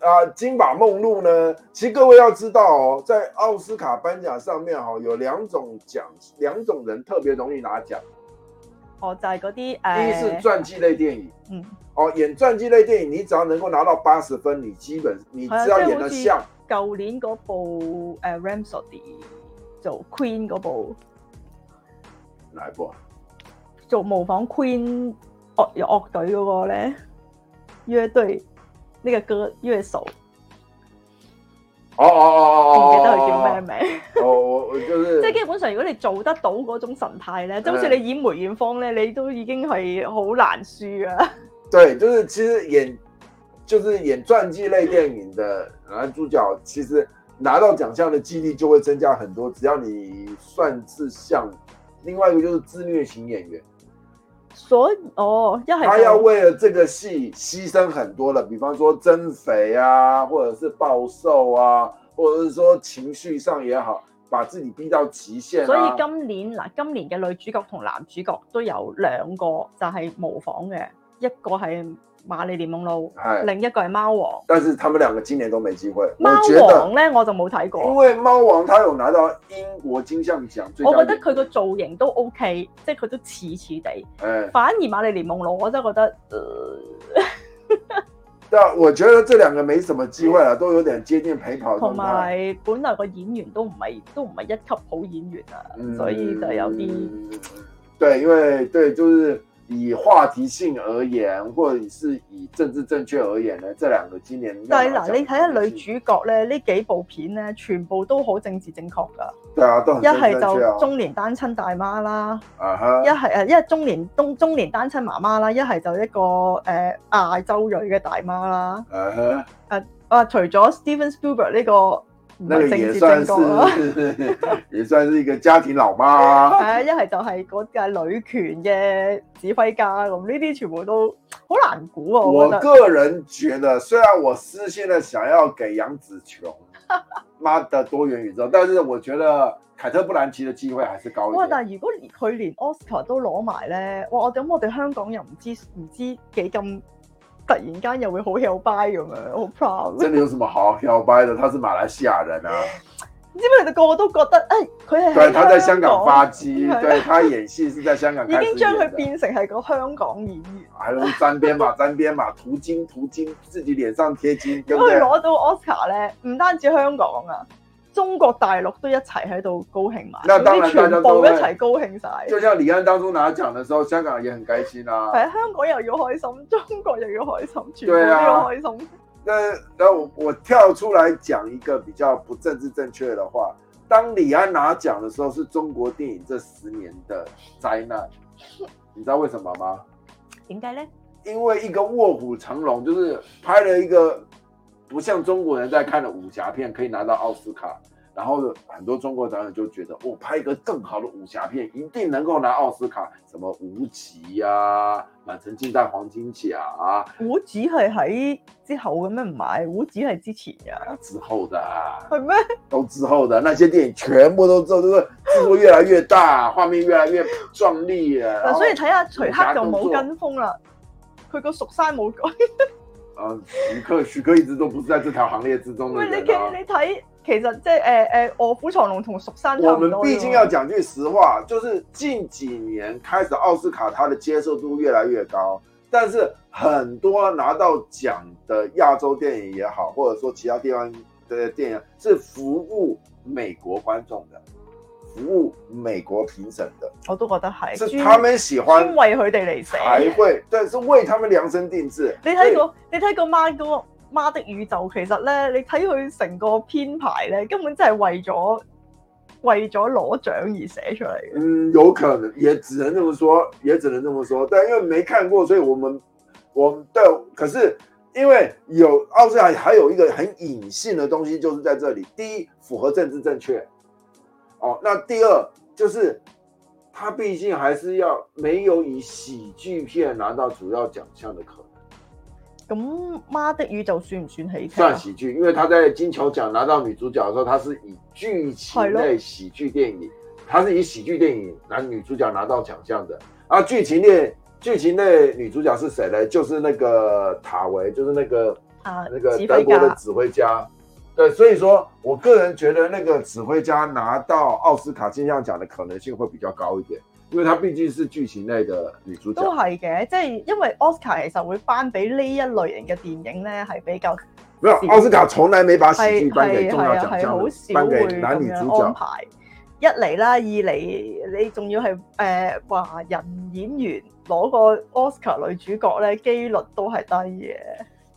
S2: 啊，金发梦露呢？其实各位要知道哦，在奥斯卡颁奖上面哦，有两种奖，两种人特别容易拿奖。
S1: 哦，就係嗰啲
S2: 第一是
S1: 誒，
S2: 传记类电影，
S1: 嗯，
S2: 哦，演传记类电影，你只要能够拿到八十分，你基本你只要演得像，
S1: 舊年嗰部誒 Ramsody 做 Queen 嗰部
S2: 哪一部啊？
S1: 做模仿 Queen 樂樂隊嗰個咧，樂隊呢個歌樂手，
S2: 哦哦
S1: 唔記得佢
S2: 哦
S1: 叫咩
S2: 哦
S1: 名。
S2: 哦，哦，我我就是
S1: 即係基本上，如果你做得到嗰種神態咧，就好似你演梅艷芳咧，你都已經係好難輸啊！ (laughs)
S2: 对，就是其实演就是演传记类电影的男主角，其实拿到奖项的几率就会增加很多。只要你算是像，另外一个就是自虐型演员，
S1: 所以哦，一
S2: 他要
S1: 係就
S2: 为了这个戏牺牲很多了，比方说增肥啊，或者是暴瘦啊，或者是说情绪上也好，把自己逼到极限、啊。
S1: 所以今年嗱，今年嘅女主角同男主角都有兩個就係模仿嘅，一個係瑪麗蓮夢露，
S2: 哎，
S1: 另一個係貓王。
S2: 但是他们两个今年都没机会。
S1: 貓
S2: 我觉得，
S1: 王咧我就冇睇
S2: 因
S1: 過，
S2: 为猫王他有拿到英国金像奖最佳
S1: 我
S2: 演
S1: 覺
S2: 员。
S1: 得佢個造型都 OK，即係佢都似似地。
S2: 哎。
S1: 反而瑪麗蓮夢露，我真係覺得，呃
S2: 但我觉得这两个没什么机会了，都有点接近陪跑
S1: 同
S2: 状态，
S1: 埋本來個演員都唔係都唔係一級好演員啊。
S2: 嗯
S1: 所以就有啲
S2: 对，因为对，就是以话题性而言，或者是以政治正确而言呢，这两个今年
S1: 但係嗱，
S2: 要拿
S1: 你睇下
S2: 奖的
S1: 女主角咧，呢幾部片咧，全部都好政治正確㗎。
S2: 对啊，都很
S1: 一
S2: 政治
S1: 係
S2: 正确
S1: 就
S2: 啊，
S1: 中年單親大媽啦，
S2: 啊哈
S1: 一，係誒，一係中年中中年單親媽媽啦，一係就一個誒、呃、亞洲裔嘅大媽啦。
S2: 啊哈，
S1: 啊，除咗 Steven Spielberg 呢個唔
S2: 那
S1: 係
S2: 个
S1: 政
S2: 也
S1: 治
S2: 算
S1: 正確啊啦，
S2: 是 (laughs) 也算是一个家庭老妈啊、
S1: (laughs) 係啊，一係就係嗰個女權嘅指揮家咁，呢啲全部都好難估啊！我
S2: 我
S1: 覺得
S2: 个人觉得，虽然我私心的想要给杨紫
S1: (laughs)
S2: 琼，妈的多元宇宙，但是我觉得凯特·布兰奇的机会还是高
S1: 哇！
S2: 一点。
S1: 但係如果佢連 Oscar 都攞埋咧，哇！我咁我哋香港又唔知唔知幾咁突然間又會好 hell by 咁樣，好 proud。
S2: 真的有什么好摇摆的？他是马来西亚人
S1: (laughs)
S2: 啊，
S1: 你知唔知佢哋個個都覺得，誒佢係
S2: 对，他在
S1: 喺
S2: 香
S1: 香
S2: 港
S1: 港 (laughs)
S2: 发迹，
S1: 係啊
S2: 对他演戏是在香港
S1: 已
S2: 开始
S1: 經將
S2: 演
S1: 佢
S2: 的。
S1: 變成係個香港演員。
S2: 还有沾边嘛， (laughs) 沾边嘛，涂金涂金，自己脸上贴金，对
S1: 如
S2: 不
S1: 果佢
S2: 对？
S1: 攞到 Oscar 咧，唔單止香港啊，中國大陸都一齊喺度高興埋，
S2: 那當
S1: 總
S2: 然
S1: 之全
S2: 大家都
S1: 部
S2: 會
S1: 一齊高興晒。哎
S2: 就像李安当初拿奖的时候，香港也很开心啊。
S1: 係香港又要開心，中國又要開心，全部都
S2: 對啊
S1: 要開心。
S2: 那那我我跳出来讲一个比较不政治正确的话，当李安拿奖的时候，是中国电影这十年的灾难，你知道为什么吗？
S1: 點解咧？
S2: 因为一个卧虎藏龙，就是拍了一个不像中国人在看的武侠片，可以拿到奥斯卡，然后很多中国导演就觉得，我、拍一个更好的武侠片，一定能够拿奥斯卡，什么无极呀、满城尽带黄金甲啊
S1: 胡子係喺之後咁樣唔係，胡子係之前㗎，
S2: 之后的啊。
S1: 係咩？
S2: 都之后的那些电影，全部都之后都是制作越来越大，画面越来越壮丽了。
S1: 啊嗱，所以睇下哦徐克就
S2: 武
S1: 冇
S2: 俠
S1: 跟風啦，佢個蜀山冇改。
S2: 呃，徐克徐克一直都不是在这条行列之中的
S1: 喂，你
S2: 人、啊
S1: 嘅。你睇，其實即係誒誒《卧虎藏龍》同《蜀山》差
S2: 我
S1: 唔
S2: 们
S1: 多啫喎。
S2: 毕竟要讲句实话，就是近几年开始奥斯卡它的接受度越来越高，但是很多拿到奖的亚洲电影也好，或者说其他地方的电影是服务美国观众的，服务美国评审的，
S1: 我都覺得係
S2: 是
S1: 專
S2: 他们喜欢
S1: 專為佢哋嚟
S2: 才
S1: 寫。
S2: 会，但是为他们量身定制。
S1: 你睇過你睇過 Margot 媽的宇宙》，其實咧，你睇佢成個編排咧，根本真係為咗為咗攞獎而寫出嚟嘅。
S2: 嗯，有可能，也只能这么说，也只能这么说。但因为没看过，所以我们我们对，可是因为有奥斯卡还有一个很隐性的东西，就是在这里：第一，符合政治正确，哦，那第二就是他毕竟还是要没有以喜剧片拿到主要奖项的可能。
S1: 咁《媽的宇宙》算唔算喜劇啊？
S2: 算喜剧，因为他在金球奖拿到女主角的时候，他是以剧情类喜剧电影，他是以喜剧电影男女主角拿到奖项的。啊，剧情类剧情类女主角是谁呢？就是那个塔维，就是那个
S1: 啊，
S2: 那个
S1: 指
S2: 德
S1: 揮
S2: 国的
S1: 家
S2: 指挥家。对，所以说我个人觉得那个指挥家拿到奥斯卡金像奖的可能性会比较高一点，因为她毕竟是剧情类的女主角
S1: 都。係嘅，即係因為 Oscar 其實會頒俾呢一類型嘅電影咧，係比較
S2: 没有，奥斯卡從來没把喜
S1: 係
S2: 劇啊頒給
S1: 係
S2: 重要
S1: 係
S2: 獎
S1: 係
S2: 項
S1: 好
S2: 的，
S1: 少
S2: 頒
S1: 會
S2: 給男
S1: 咁
S2: 女
S1: 樣
S2: 主
S1: 安
S2: 角。
S1: 排。一嚟啦，二嚟你仲要係誒華呃人演員攞個 Oscar 女主角咧，機率都係低嘅。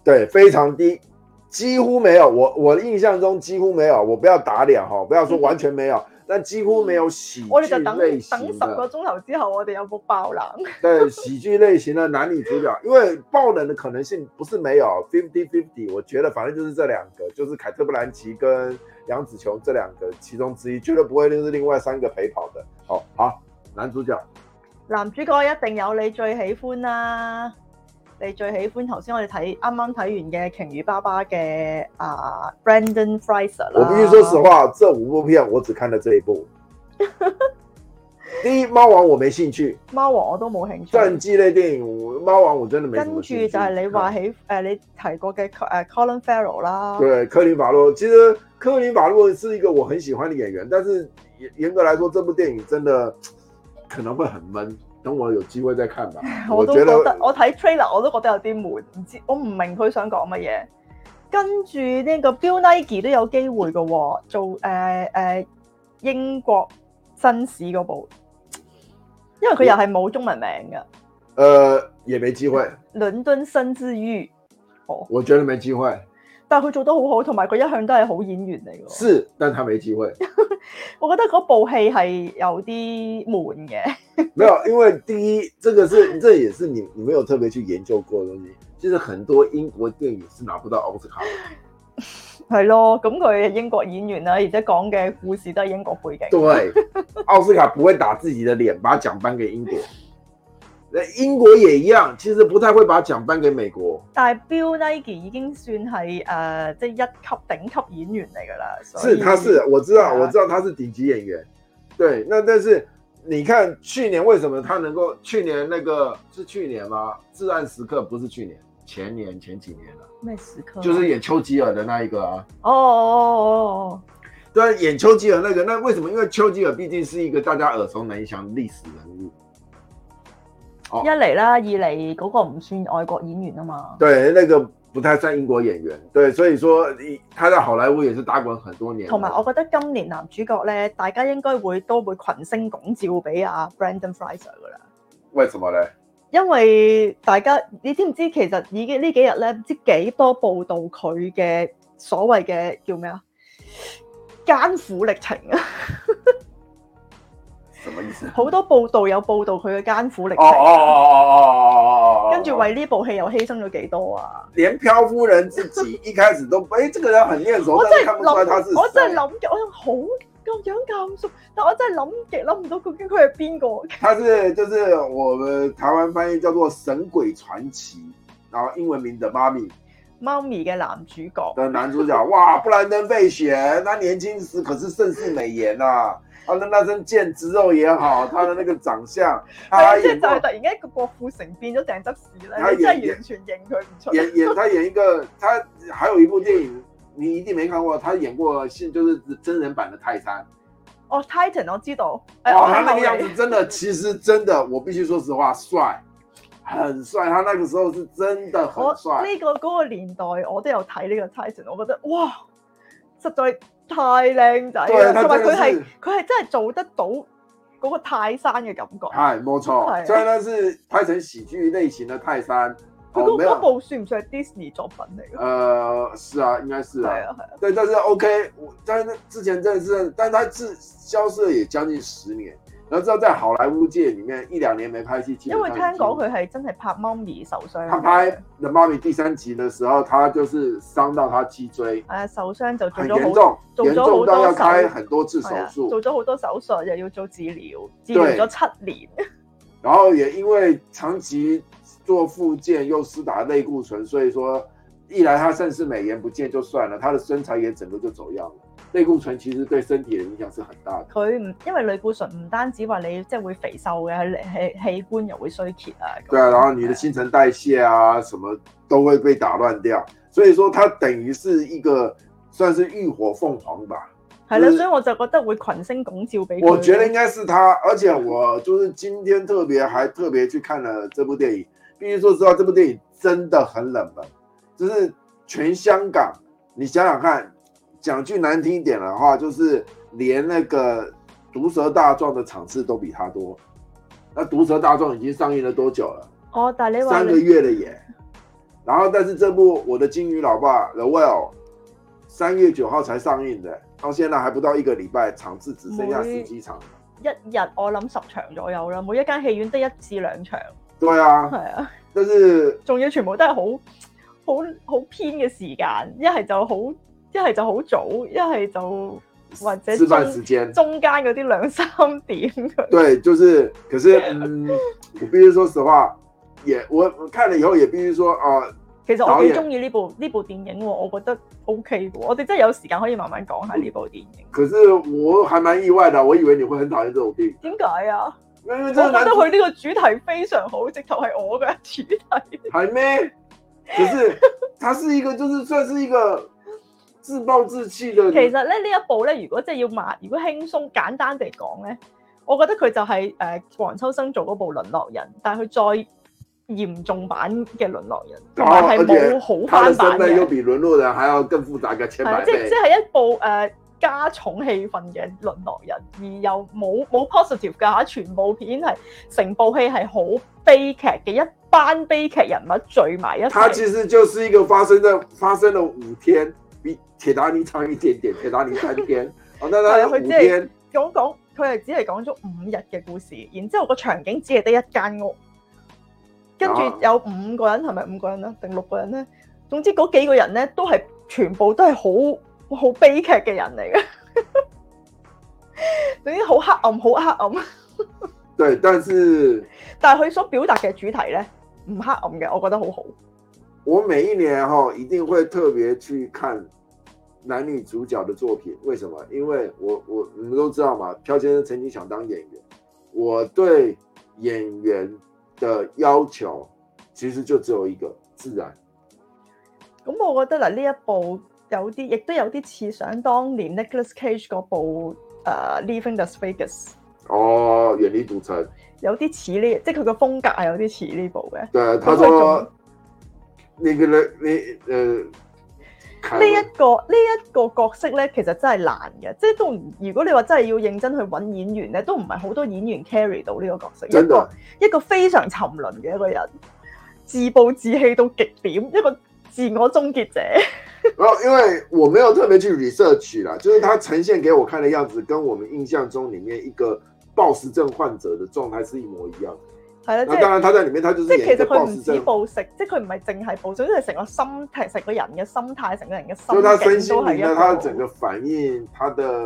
S2: 对，非常低，几乎没有。我我印象中几乎没有。我不要打脸哈，不要说完全
S1: (laughs)
S2: 没有，但几乎没有喜
S1: 我哋
S2: 剧
S1: 就等
S2: 类
S1: 等
S2: 型啊
S1: 十個
S2: 的。
S1: 鐘頭之後，我哋有冇爆冷？
S2: 对，喜剧类型的男女主角，因为爆冷的可能性不是没有，fifty fifty。我觉得反正就是这两个，就是凯特·布兰奇跟杨紫琼这两个其中之一，绝对不会就是另外三个陪跑的。好，好，男主角
S1: 男主角一定有你最喜歡啦，你最喜歡頭先我哋睇啱啱睇完嘅《鯨魚爸爸》嘅啊 Brandon Fraser 啦。
S2: 我必须说实话，这五部片我只看了这一
S1: (laughs)
S2: 部。第一，《猫王》我没兴趣。
S1: 貓王我都冇興
S2: 传
S1: 趣。
S2: 记类电影，我猫王我真的没什
S1: 跟
S2: 么
S1: 住
S2: 兴
S1: 就
S2: 趣
S1: 係你話起誒、你提過嘅誒 Colin Farrell 啦，。
S2: 对科林法洛，其实科林法洛是一个我很喜欢的演员，但是严严格来说，这部电影真的可能会很闷。等我有机会再看吧
S1: (laughs) 我都
S2: 觉
S1: 覺
S2: 得
S1: 得我睇 trailer 我都覺得有啲悶，唔知我唔明佢想講乜嘢。跟住呢個 Bill Nighy 都有機會嘅喎、做誒誒、呃英國紳士嗰部，因為佢又係冇中文名嘅。
S2: 呃也没机会，
S1: 倫敦新之於，
S2: 我觉得没机会
S1: 但係佢做得好好，同埋佢一向都係好演員嚟嘅喎。
S2: 是，但他没机会。
S1: 我覺得嗰部戲係有啲悶嘅，
S2: 没有，因为第一，这个是这也是你你没有特别去研究过的东西。其实很多英国电影是拿不到奥斯卡的。
S1: 係咯。咁佢係英國演員啦，而且講嘅故事都係英國背景。
S2: 对，
S1: (laughs)
S2: 奥斯卡不会打自己的脸，把奖颁给英国。那英国也一样，其实不太会把奖颁给美国。
S1: 但係 Bill Nighy 已經算係誒、呃即係一級頂級演員嚟㗎啦。所以
S2: 是，他是，我知
S1: 对
S2: 道，
S1: 啊
S2: 我知道他是顶级演员。对，那但是你看去年为什么他能够？去年那个是去年吗？《至暗时刻》不是去年，前年前几年了、
S1: 咩時刻啊？
S2: 就是演丘吉尔的那一个啊。
S1: 哦哦哦
S2: 对啊，演丘吉尔那个，那为什么？因为丘吉尔毕竟是一个大家耳熟能详的历史人物。
S1: 哦，一嚟啦，二嚟嗰個唔算外國演員啊嘛。
S2: 对，那个不太算英国演员。对，所以说你他在好莱坞也是打滚很多年了。
S1: 同埋我覺得今年男主角咧，大家應該會都會群星拱照俾阿 Brandon Fraser 㗎啦。
S2: 为什么呢？
S1: 因為大家你知唔知其實已經呢幾日咧，唔知幾多報道佢嘅所謂嘅叫咩啊艱苦歷程啊，
S2: 什么意思？
S1: 好多報道有報道佢嘅艱苦歷
S2: 哦哦哦
S1: 程，
S2: 哦哦哦哦！
S1: 跟住為呢部戲又犧牲咗幾多啊！
S2: 连漂夫人自己一开始都哎，这个人很面熟，
S1: 我
S2: 但
S1: 真係
S2: 是看不出来他是
S1: 諗，我真係
S2: 谁。
S1: 諗嘅，我又好個樣咁熟，但我真係諗極諗唔到究竟佢係邊個。 (laughs)
S2: 他是就是我们台湾翻译叫做《神鬼传奇》，然后英文名的妈咪
S1: 貓咪嘅男主角，
S2: 的男主角，哇，布兰登·费雪，他年轻时可是盛世美颜呐、他的那身腱子肉也好，他的那个
S1: (laughs)
S2: 长相，他
S1: 係啊即係
S2: 演
S1: 就係
S2: 过
S1: 突然間個郭富城變咗鄭則仕咧，
S2: 啊
S1: 你真係
S2: 演
S1: 完全認佢唔
S2: (laughs)
S1: 出。
S2: 演演他演一个，他还有一部电影你一定没看过，他演过是就是真人版的泰山。
S1: 哦，Titan 我知道，誒我
S2: 哇，他
S1: 喺
S2: 那
S1: 後
S2: 个样
S1: 嚟
S2: 子。真的，其实真的，我必须说实话，帅，很帅。他那个时候是真的很
S1: 我
S2: 帅。
S1: 呢、個嗰、個年代，我都有睇呢個 Titan，我覺得哇，實在太靚仔
S2: 對
S1: 啦，
S2: 啊他
S1: 同埋佢
S2: 真的
S1: 係
S2: 是
S1: 佢係真係做得到嗰個泰山嘅感覺。
S2: 嗨，没错，
S1: 对
S2: 虽然他是拍成喜剧类型的泰山，
S1: 佢
S2: 哦，
S1: 嗰
S2: 没有
S1: 嗰，部算唔算係 Disney 作品嚟㗎？
S2: 呃，是啊，应该是啊，
S1: 係啊係啊，
S2: 对，但是 OK，我但是之前真的是，但他自消失了也将近十年，然后知道在好莱坞界里面一两年没拍戏，基
S1: 因
S2: 本
S1: 為
S2: 上
S1: 聽
S2: 已
S1: 講
S2: 經
S1: 佢係真係拍媽咪受傷，
S2: 他啊拍《The Mummy》第三集的时候，他就是伤到他脊椎，
S1: 誒啊受傷就做
S2: 很
S1: 咗
S2: 严
S1: 好
S2: 重，
S1: 做
S2: 严
S1: 咗好
S2: 重到
S1: 多
S2: 要
S1: 手
S2: 开很多次手
S1: 係啊
S2: 术，
S1: 做咗好多手術，又要做治療，治
S2: 對
S1: 療咗七年。
S2: 然后也因为长期做复健又施打类固醇，所以说一来他甚至美颜不见就算了，他的身材也整个就走样了。类固醇其实对身体的影响是很大的。
S1: 佢唔因為類固醇唔單止話你即係會肥瘦嘅，係器器官又會衰竭啊。咁
S2: 对啊，然后你的新陈代谢啊，什么都会被打乱掉，所以说它等于是一个算是浴火凤凰吧。
S1: 係啦，
S2: 就是
S1: 所以我就覺得會群星拱照俾佢。
S2: 我觉得应该是他，而且我就是今天特别还特别去看了这部电影，必须说实话，这部电影真的很冷门，就是全香港，你想想看，讲句难听一点的话，就是连那个毒舌大壮的场次都比他多。那毒舌大壮已经上映了多久了？
S1: 哦，但係你話
S2: 三
S1: 你
S2: 个月了耶。然后，但是这部《我的金鱼老爸》The Well，三月九号才上映的，到现在还不到一个礼拜，场次只剩下
S1: 每
S2: 十几场。
S1: 一日我諗十場左右啦，每一間戲院得一至兩場，
S2: 对啊，
S1: 係啊，
S2: 但是
S1: 仲要全部都係好好好偏嘅時間，一係就好一係就好早，一係就或者
S2: 吃饭
S1: 中
S2: 时间，
S1: 中間嗰啲兩三點佢
S2: 对，就是，可是，嗯，我必须说实话，也我我看了以后也必须说啊、
S1: (laughs) 其實
S2: 導
S1: 我
S2: 演
S1: 幾中意呢部呢部電影喎，我覺得 O K 喎，我哋真係有時間可以慢慢講下呢部電影。
S2: 可是我还蛮意外的，啊我以为你会很讨厌这种电影，
S1: 點解啊？
S2: 因为
S1: 我
S2: 这
S1: 覺
S2: 个男
S1: 得
S2: 主
S1: 佢呢個主題非常好，直頭係我嘅主題。
S2: 还没，可
S1: (laughs)
S2: 是他是一个就是算是一个自暴自弃的，
S1: 其實咧呢一部咧，如果真係要慢，如果輕鬆簡單地講咧，我覺得佢就係、呃黃秋生做嗰部《淪落人》，但係佢再嚴重版嘅《淪落人》，同埋係冇好
S2: 他
S1: 翻
S2: 的身
S1: 版
S2: 份又
S1: 嘅，
S2: 比沦落人还要更复杂个千
S1: 係啊
S2: 百
S1: 即係
S2: 倍
S1: 即。係一部誒、呃加重氣氛嘅《淪落人》，而又冇冇 positive 㗎，全部片係成部戲係好悲劇嘅，一班悲劇人物聚埋一齊。
S2: 他其实就是一个发生在发生了五天，比铁达尼长一点点，铁达尼三天，哦，
S1: (laughs)
S2: 那他
S1: 对
S2: 有
S1: 会
S2: 五
S1: 这样
S2: 天，
S1: 講講佢係只係講咗五日嘅故事，然之後個場景只係得一間屋，跟住
S2: 啊
S1: 有五個人係咪五個人啊？定六個人咧？總之嗰幾個人咧都係全部都係好哇好悲劇嘅人嚟嘅， (laughs) 總之好黑暗，好黑暗。
S2: 对，但是
S1: 但係佢所表達嘅主題咧唔黑暗嘅，我覺得好好。
S2: 我每一年哈、一定会特别去看男女主角的作品，为什么？因为我我你们都知道嘛，朴先生曾经想当演员，我对演员的要求其实就只有一个，自然。
S1: 咁我覺得嗱呢一部有啲，亦都有啲似想當年 Nicolas Cage 嗰部誒、呃 Leaving Las Vegas。
S2: 哦，远离赌城。
S1: 有啲似呢，即係佢個風格係有啲似呢部嘅。
S2: 对，他
S1: 那
S2: 说
S1: 种
S2: 那个人，那呃，
S1: 呢
S2: 凯文
S1: 一個呢一個角色咧，其實真係難嘅，即係都唔如果你話真係要認真去揾演員咧，都唔係好多演員 carry 到呢個角色。一
S2: 真
S1: 個
S2: 的
S1: 一個非常沉淪嘅一個人，自暴自棄到極點，一個自我終結
S2: (laughs)
S1: 者。
S2: 然后因为我没有特别去 research 啦，就是他呈现给我看的样子，跟我们印象中里面一个暴食症患者的状态是一模一样的。
S1: 係啦，即
S2: 那
S1: 係
S2: 当然他在里面他就是
S1: 即係
S2: 演一
S1: 其實
S2: 个
S1: 佢
S2: 暴
S1: 唔
S2: 食
S1: 止
S2: 症，
S1: 暴食，即係佢唔係淨係暴食，即係成個心態、成個人嘅心態、成個人嘅
S2: 就是他
S1: 心
S2: 身
S1: 境都
S2: 心
S1: 係
S2: 灵
S1: 一
S2: 的
S1: 個
S2: 他整個反應，他的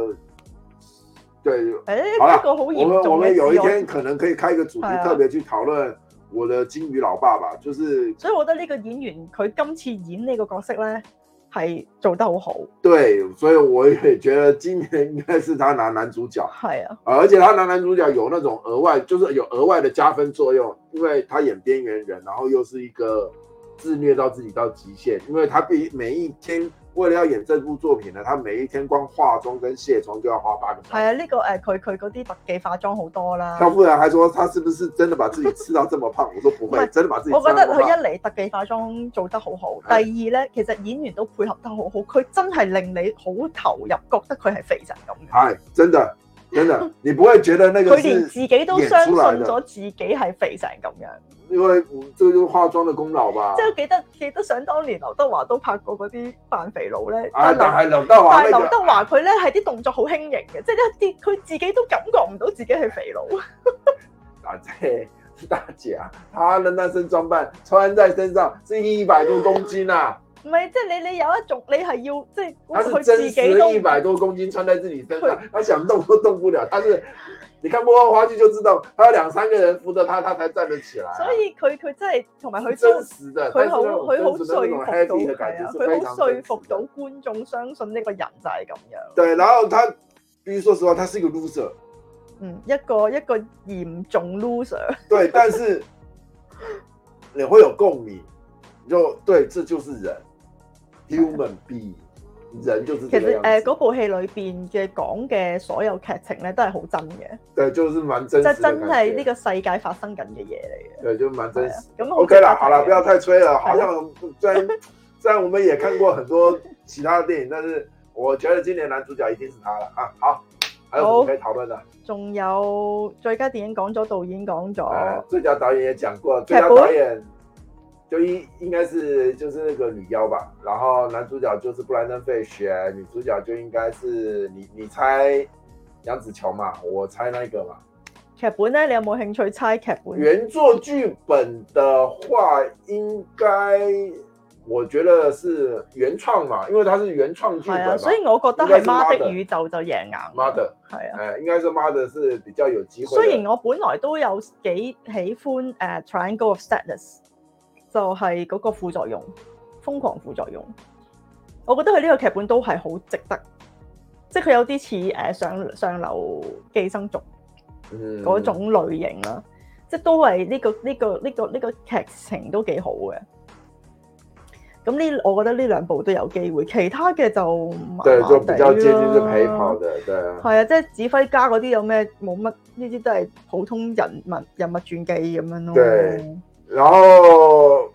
S2: 对，
S1: 係一
S2: 好啦
S1: 個好
S2: 我
S1: 嚴
S2: 们我
S1: 重嘅
S2: 们
S1: 自
S2: 有一
S1: 我
S2: 天可能可以开一个主题
S1: 哎呀
S2: 特别去讨论我的金鱼老爸吧，就是
S1: 所以我覺得呢個演員佢今次演呢個角色咧係做得好好，
S2: 对，所以我也觉得今年应该是他拿男主角，
S1: 係啊，
S2: 啊而且他拿男主角有那种额外，就是呃有额外的加分作用，因为他演边缘人，然后又是一个自虐到自己到极限，因为他必每一天为了要演这部作品呢，他每一天光化妆跟卸妆就要花八个小
S1: 係
S2: 时。
S1: 啊，呢、個誒佢佢嗰啲特技化妝好多啦。
S2: 漂夫人还说他是不是真的把自己吃到这么胖？我说不
S1: 不
S2: 会
S1: 是，
S2: 真啊的把自己
S1: 我
S2: 吃
S1: 覺
S2: 到
S1: 得
S2: 这么
S1: 佢
S2: 胖。
S1: 一嚟特技化妝做得好好，第
S2: 係
S1: 二咧其實演員都
S2: 啊
S1: 配合得好好，佢真係令你好投入，覺得佢係肥仔咁嘅。
S2: 哎，真的，真的，你不会觉得那个
S1: 佢連
S2: 是
S1: 自己都相信咗自己係肥成咁樣，
S2: 因为我们这个就是化妆的功劳吧
S1: 即？係記得記得想當年劉德華都拍過嗰啲扮肥佬咧，
S2: 啊，
S1: 但
S2: 但
S1: 係
S2: 系劉德華
S1: 但係
S2: 那
S1: 劉
S2: 个，
S1: 德華佢咧係啲動作好輕盈嘅，即係一啲佢自己都感覺唔到自己係肥佬。
S2: 大姐，啊大姐啊，她的那身装扮穿在身上是一百多公斤
S1: (laughs)
S2: 啊，
S1: 唔係，即係你你有一種你係要即係哦
S2: 她
S1: 佢
S2: 是
S1: 自
S2: 真
S1: 己
S2: 实
S1: 都
S2: 一百多公斤穿在自己身上，她想动都动不了，她是。你看《幕后花絮》就知道，她有两三个人扶着她，她才站得起来啊、
S1: 所以佢佢真係同埋
S2: 是
S1: 佢都
S2: 真。实的，
S1: 佢好
S2: 但是那
S1: 佢好
S2: 種真實的那
S1: 說
S2: 種
S1: 服
S2: happy 的
S1: 到
S2: 感
S1: 係
S2: 觉
S1: 啊，
S2: 是非
S1: 佢
S2: 常
S1: 好
S2: 真
S1: 說
S2: 實
S1: 服
S2: 的
S1: 到觀眾相信呢個人就係咁樣。
S2: 对，然后他必须说实话，他是一个 loser，
S1: 嗯，一個一個嚴重 loser。
S2: 对，但是你会有共鸣，你就对，这就是人，human being，人就是
S1: 其
S2: 这个
S1: 實
S2: 样
S1: 誒
S2: 子，
S1: 嗰部戲裏邊嘅講嘅所有劇情咧都係好真嘅，
S2: 对，就是蛮真
S1: 即
S2: 实的
S1: 係
S2: 感
S1: 真
S2: 觉，
S1: 係呢個世界發生緊嘅嘢嚟
S2: 对，就蛮真
S1: 嘅。係啊
S2: 实。
S1: 咁
S2: OK 啦，好了，不要太吹了，
S1: 好
S2: 好像虽然 (laughs) 虽然我们也看过很多其他的电影，但是我觉得今年男主角一定是他了啊。好，还有什么
S1: 好
S2: 可以讨论的？
S1: 仲有最佳電影講咗，導演講
S2: 呃
S1: 咗，，
S2: 最佳导演也讲过，
S1: 凯
S2: 最佳
S1: 博
S2: 导演就应应该是就是那个女妖吧，然后男主角就是布兰登·费雪，女主角就应该是你你猜杨紫琼嘛，我猜那个嘛。
S1: 劇本咧，你有冇興趣猜劇本？
S2: 原作剧本的话，应该我觉得是原创嘛，因为它是原创剧
S1: 係
S2: 本
S1: 啊，
S2: 嘛。
S1: 所以我覺得係《媽的宇宙》就贏硬。
S2: 妈的，
S1: 係啊。
S2: 呃，应该是妈的是比较有机会的。
S1: 雖然我本來都有幾喜歡誒、呃 Triangle of Sadness，就係嗰個副作用，瘋狂副作用。我覺得佢呢個劇本都係好值得，即係佢有啲似誒上上流寄生族
S2: 嗯
S1: 嗰種類型啦，即係都係呢、個呢、個呢、個呢、個劇情都幾好嘅。咁呢，我覺得呢兩部都有機會，其他嘅就麻麻
S2: 对，就比较
S1: 地
S2: 接近是
S1: 啦
S2: 陪跑的，对啊。
S1: 係啊，即係指揮家嗰啲有咩冇乜呢啲都係普通人物人物傳記咁樣咯。
S2: 對然后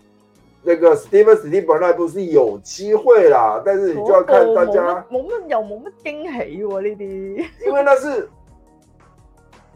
S2: 那个 Steven s t e v e 那部是有机会啦，但是你就要
S1: 嗰部
S2: 看大
S1: 冇
S2: 家
S1: 乜，冇乜又冇乜驚喜喎呢啲，
S2: 因為那是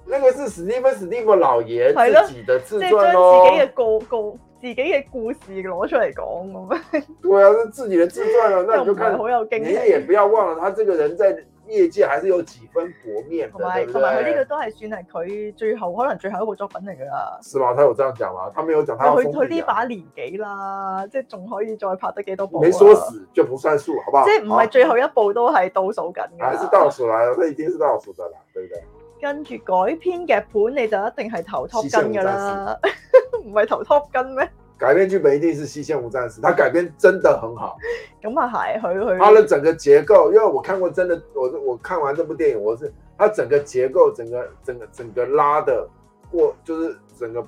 S2: 那个是 Steven s t e v e 老爷
S1: 係咯
S2: 自己的自
S1: 即係
S2: 传
S1: 將
S2: 哦，
S1: 自己嘅故故自己嘅故事攞出嚟講咁，
S2: 对啊，是自己的自传 (laughs) 啊，那
S1: 又
S2: 你
S1: 唔
S2: 就
S1: 係
S2: 看，
S1: 好有
S2: 你
S1: 驚
S2: 也
S1: 喜。
S2: 不要忘了他这个人在业界还是有几分薄面的
S1: 同，埋
S2: 对不
S1: 同埋佢呢個
S2: 对？
S1: 都係算係佢最後可能最後一部作品嚟㗎啦。
S2: 是吧？他有这样讲吗？他没有讲他要
S1: 佢
S2: 封
S1: 佢
S2: 笔
S1: 呢
S2: 啊
S1: 把年紀啦，即係仲可以再拍得幾多部啊？
S2: 没说死就不算数，好不好？
S1: 即係唔係最後一部都係倒數緊㗎
S2: 好还是
S1: 啦。
S2: 倒数啦，这一定是倒数的啦，对不对？
S1: 跟住改編嘅本你就一定係投 top
S2: 思想
S1: 跟㗎啦， (laughs) 唔係投 top 跟咩？
S2: 改编剧本一定是《西线无战事》，它改编真的很好，
S1: 咁啊係，佢
S2: 它
S1: 佢
S2: 的整个结构，因为我看过真的，我我看完这部电影，我是它整个结构，整个整个整个拉的过，就是整个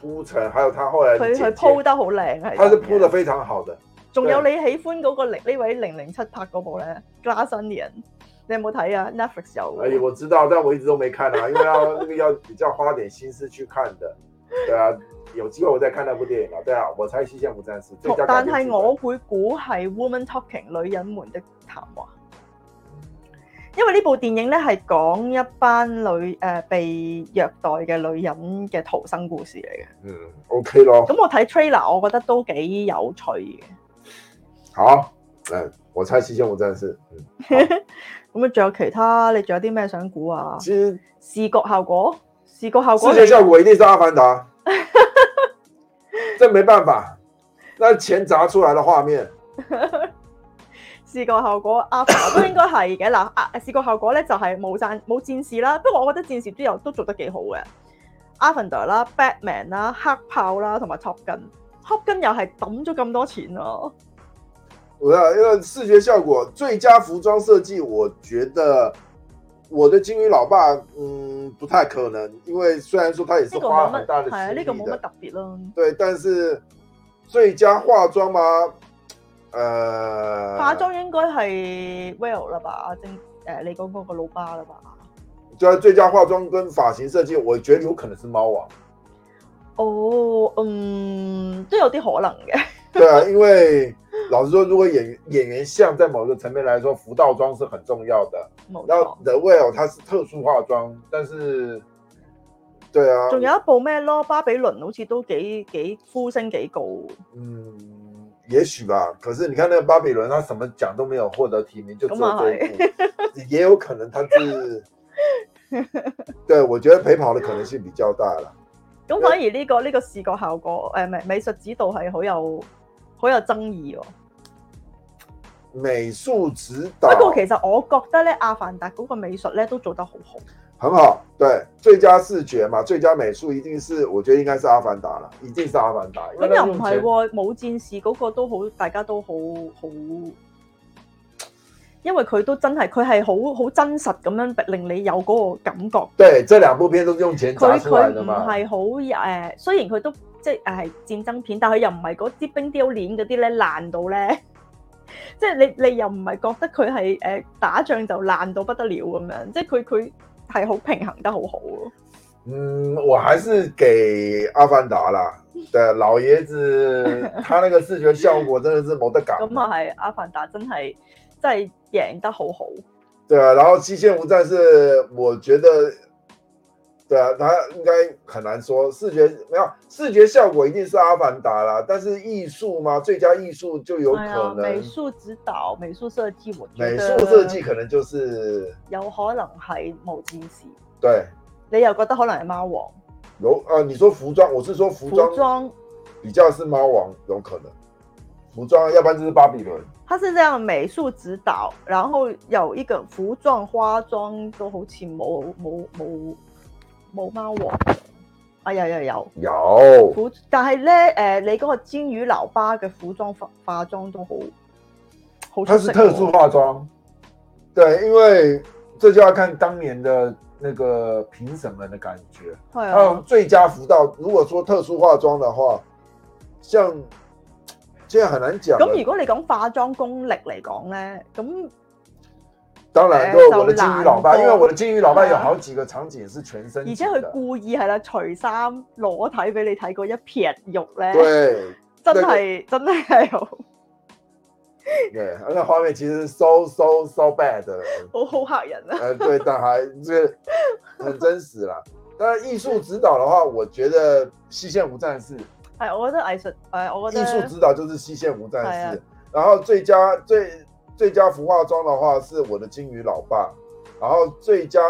S2: 铺陈，还有它后来的
S1: 佢
S2: 剪
S1: 佢
S2: 接
S1: 鋪，得好靚係。
S2: 它是铺的。非常好的。
S1: 仲有你喜歡嗰個零呢位零零七拍嗰部咧《Glass Onion》，你有冇睇啊？Netflix
S2: 哎，
S1: 有。
S2: 我知道，但我一直都没看啊，因为要那个要比较花点心思去看的。对啊，有机会我再看那部电影啊。对啊，我猜《西线无战事》最佳改
S1: 但
S2: 编
S1: 係
S2: 剧本
S1: 我會估係《Woman Talking》女人們的談話，因為呢部電影咧係講一班女誒、呃被虐待嘅女人嘅逃生故事嚟嘅。
S2: 嗯 OK 咯，
S1: 咁我睇 trailer，我覺得都幾有趣嘅。
S2: 好，嗯，我猜《西线无战事》，嗯。
S1: 咁啊，仲有其他？你仲有啲咩想估啊？
S2: 其实
S1: 視覺效果，視覺效果
S2: 视觉效果一定是《阿凡达》，这没办法。那钱砸出来的画面，
S1: 視覺效果 a v (coughs) 都應該係嘅嗱。啊，視覺效果咧就係冇戰冇戰士啦，不過我覺得戰士都有都做得幾好嘅。Avatar 啦、Batman 啦、黑豹啦，同埋 Top Gun，Top Gun 又係抌咗咁多錢咯。
S2: 我要因为视觉效果最佳服装设计，我觉得我的金鱼老爸，嗯，不太可能，因为虽然说他也是
S1: 呢個
S2: 花
S1: 冇
S2: 了很
S1: 乜
S2: 大的
S1: 係啊，
S2: 心
S1: 呢
S2: 力
S1: 個冇乜
S2: 的，
S1: 特別咯。
S2: 对，但是最佳化妆嘛，呃，
S1: 化妝應該係 Well 啦吧，正誒你講嗰個老巴啦吧。
S2: 对啊最佳化妆跟发型设计，我觉得有可能是猫王。
S1: 哦，嗯，都有啲可能嘅。
S2: (laughs) 对啊，因为老实说，如果演员演员像在某个层面来说，服道装是很重要的。
S1: 冇
S2: 那
S1: 錯。
S2: The Well 它是特殊化妆，但是，对啊，
S1: 仲有一部咩咯？巴比倫好似都幾幾呼聲幾高。
S2: 嗯，也许吧。可是你看那个巴比伦，他什么奖都没有获得提名，就只有这一部，也有可能他是，对我觉得陪跑的可能性比较大了。
S1: 咁反而呢、個呢、個視覺效果，誒、呃美美術指導係好有好有爭議喎。
S2: 美术指导
S1: 不過其實哎我覺得咧，《阿凡達》嗰個美術咧都做得好好。
S2: 很好，对，最佳视觉嘛，最佳美术一定是，我觉得应该是《阿凡达》了，一定是《阿凡达》。因
S1: 咁
S2: 为
S1: 又唔
S2: 他用钱
S1: 係喎，冇戰士嗰個都好，大家都好好，因為佢都真係佢係好好真實咁樣令你有嗰個感覺。
S2: 对，这两部片都是用钱砸
S1: 佢
S2: 出来
S1: 佢
S2: 的
S1: 唔
S2: 嘛。
S1: 係好誒，雖然佢都即係誒戰爭片，但佢又唔係嗰啲冰雕鏈嗰啲咧爛到咧， (laughs) 即係你你又唔係覺得佢係誒打仗就爛到不得了咁樣，即係佢佢係好平衡得好好咯。
S2: 嗯，我还是给《阿凡达》啦。对，老爷子他那个视觉效果真的是没
S1: (laughs)
S2: 得搞。
S1: 咁啊係，阿凡達真係真係贏得好好。
S2: 对啊，然后《极限无战士》，我觉得，对啊，他应该很难说视觉没有视觉效果一定是《阿凡达》啦，但是艺术嘛，最佳艺术就有可
S1: 係啊，
S2: 能、
S1: 美術指導、美術設計，我覺
S2: 美
S1: 得
S2: 术设计可能就是
S1: 有可能係無戰士，
S2: 对
S1: 你又覺得可能係貓王
S2: 有啊，你说服装，我是说服
S1: 服
S2: 装
S1: 裝。
S2: 比较是猫王有可能，服装要不然就是巴比伦。
S1: 他是这样美术指导，然后有一个服装、花妆都好似冇冇冇冇貓王。啊有有有
S2: 有，
S1: 服，但係咧誒，你嗰個煎魚流巴嘅服裝化化妝都好好
S2: 它
S1: 出
S2: 是
S1: 色喎
S2: 特殊化妆，对，因为这就要看当年的那个评审们的感觉。
S1: 係
S2: 还有
S1: 啊，
S2: 最佳服道，如果说特殊化妆的话，像现在很难讲了。
S1: 咁如果你講化妝功力嚟講咧，咁
S2: 当然，
S1: 哎
S2: 对我的金鱼老爸，
S1: 手拿
S2: 因为我的金鱼老爸
S1: 对
S2: 有
S1: 啊
S2: 好几个场景是全身
S1: 而且
S2: 景的
S1: 佢故意係啦，除衫裸體俾你睇嗰一撇肉咧，
S2: 对
S1: 真係真係好
S2: 对，那画面其实 so so so bad 的。
S1: 好好嚇人啊！
S2: 呃，对，但还这个很真实啦。当然，艺术指导的话，我觉得《西线无战事》
S1: 係，我覺得藝術誒，我覺
S2: 艺
S1: 得
S2: 术指导就是《西线无战
S1: 哎
S2: 事》
S1: 呀
S2: 然后最佳最最佳服化妆的话是我的金鱼老爸，然后最佳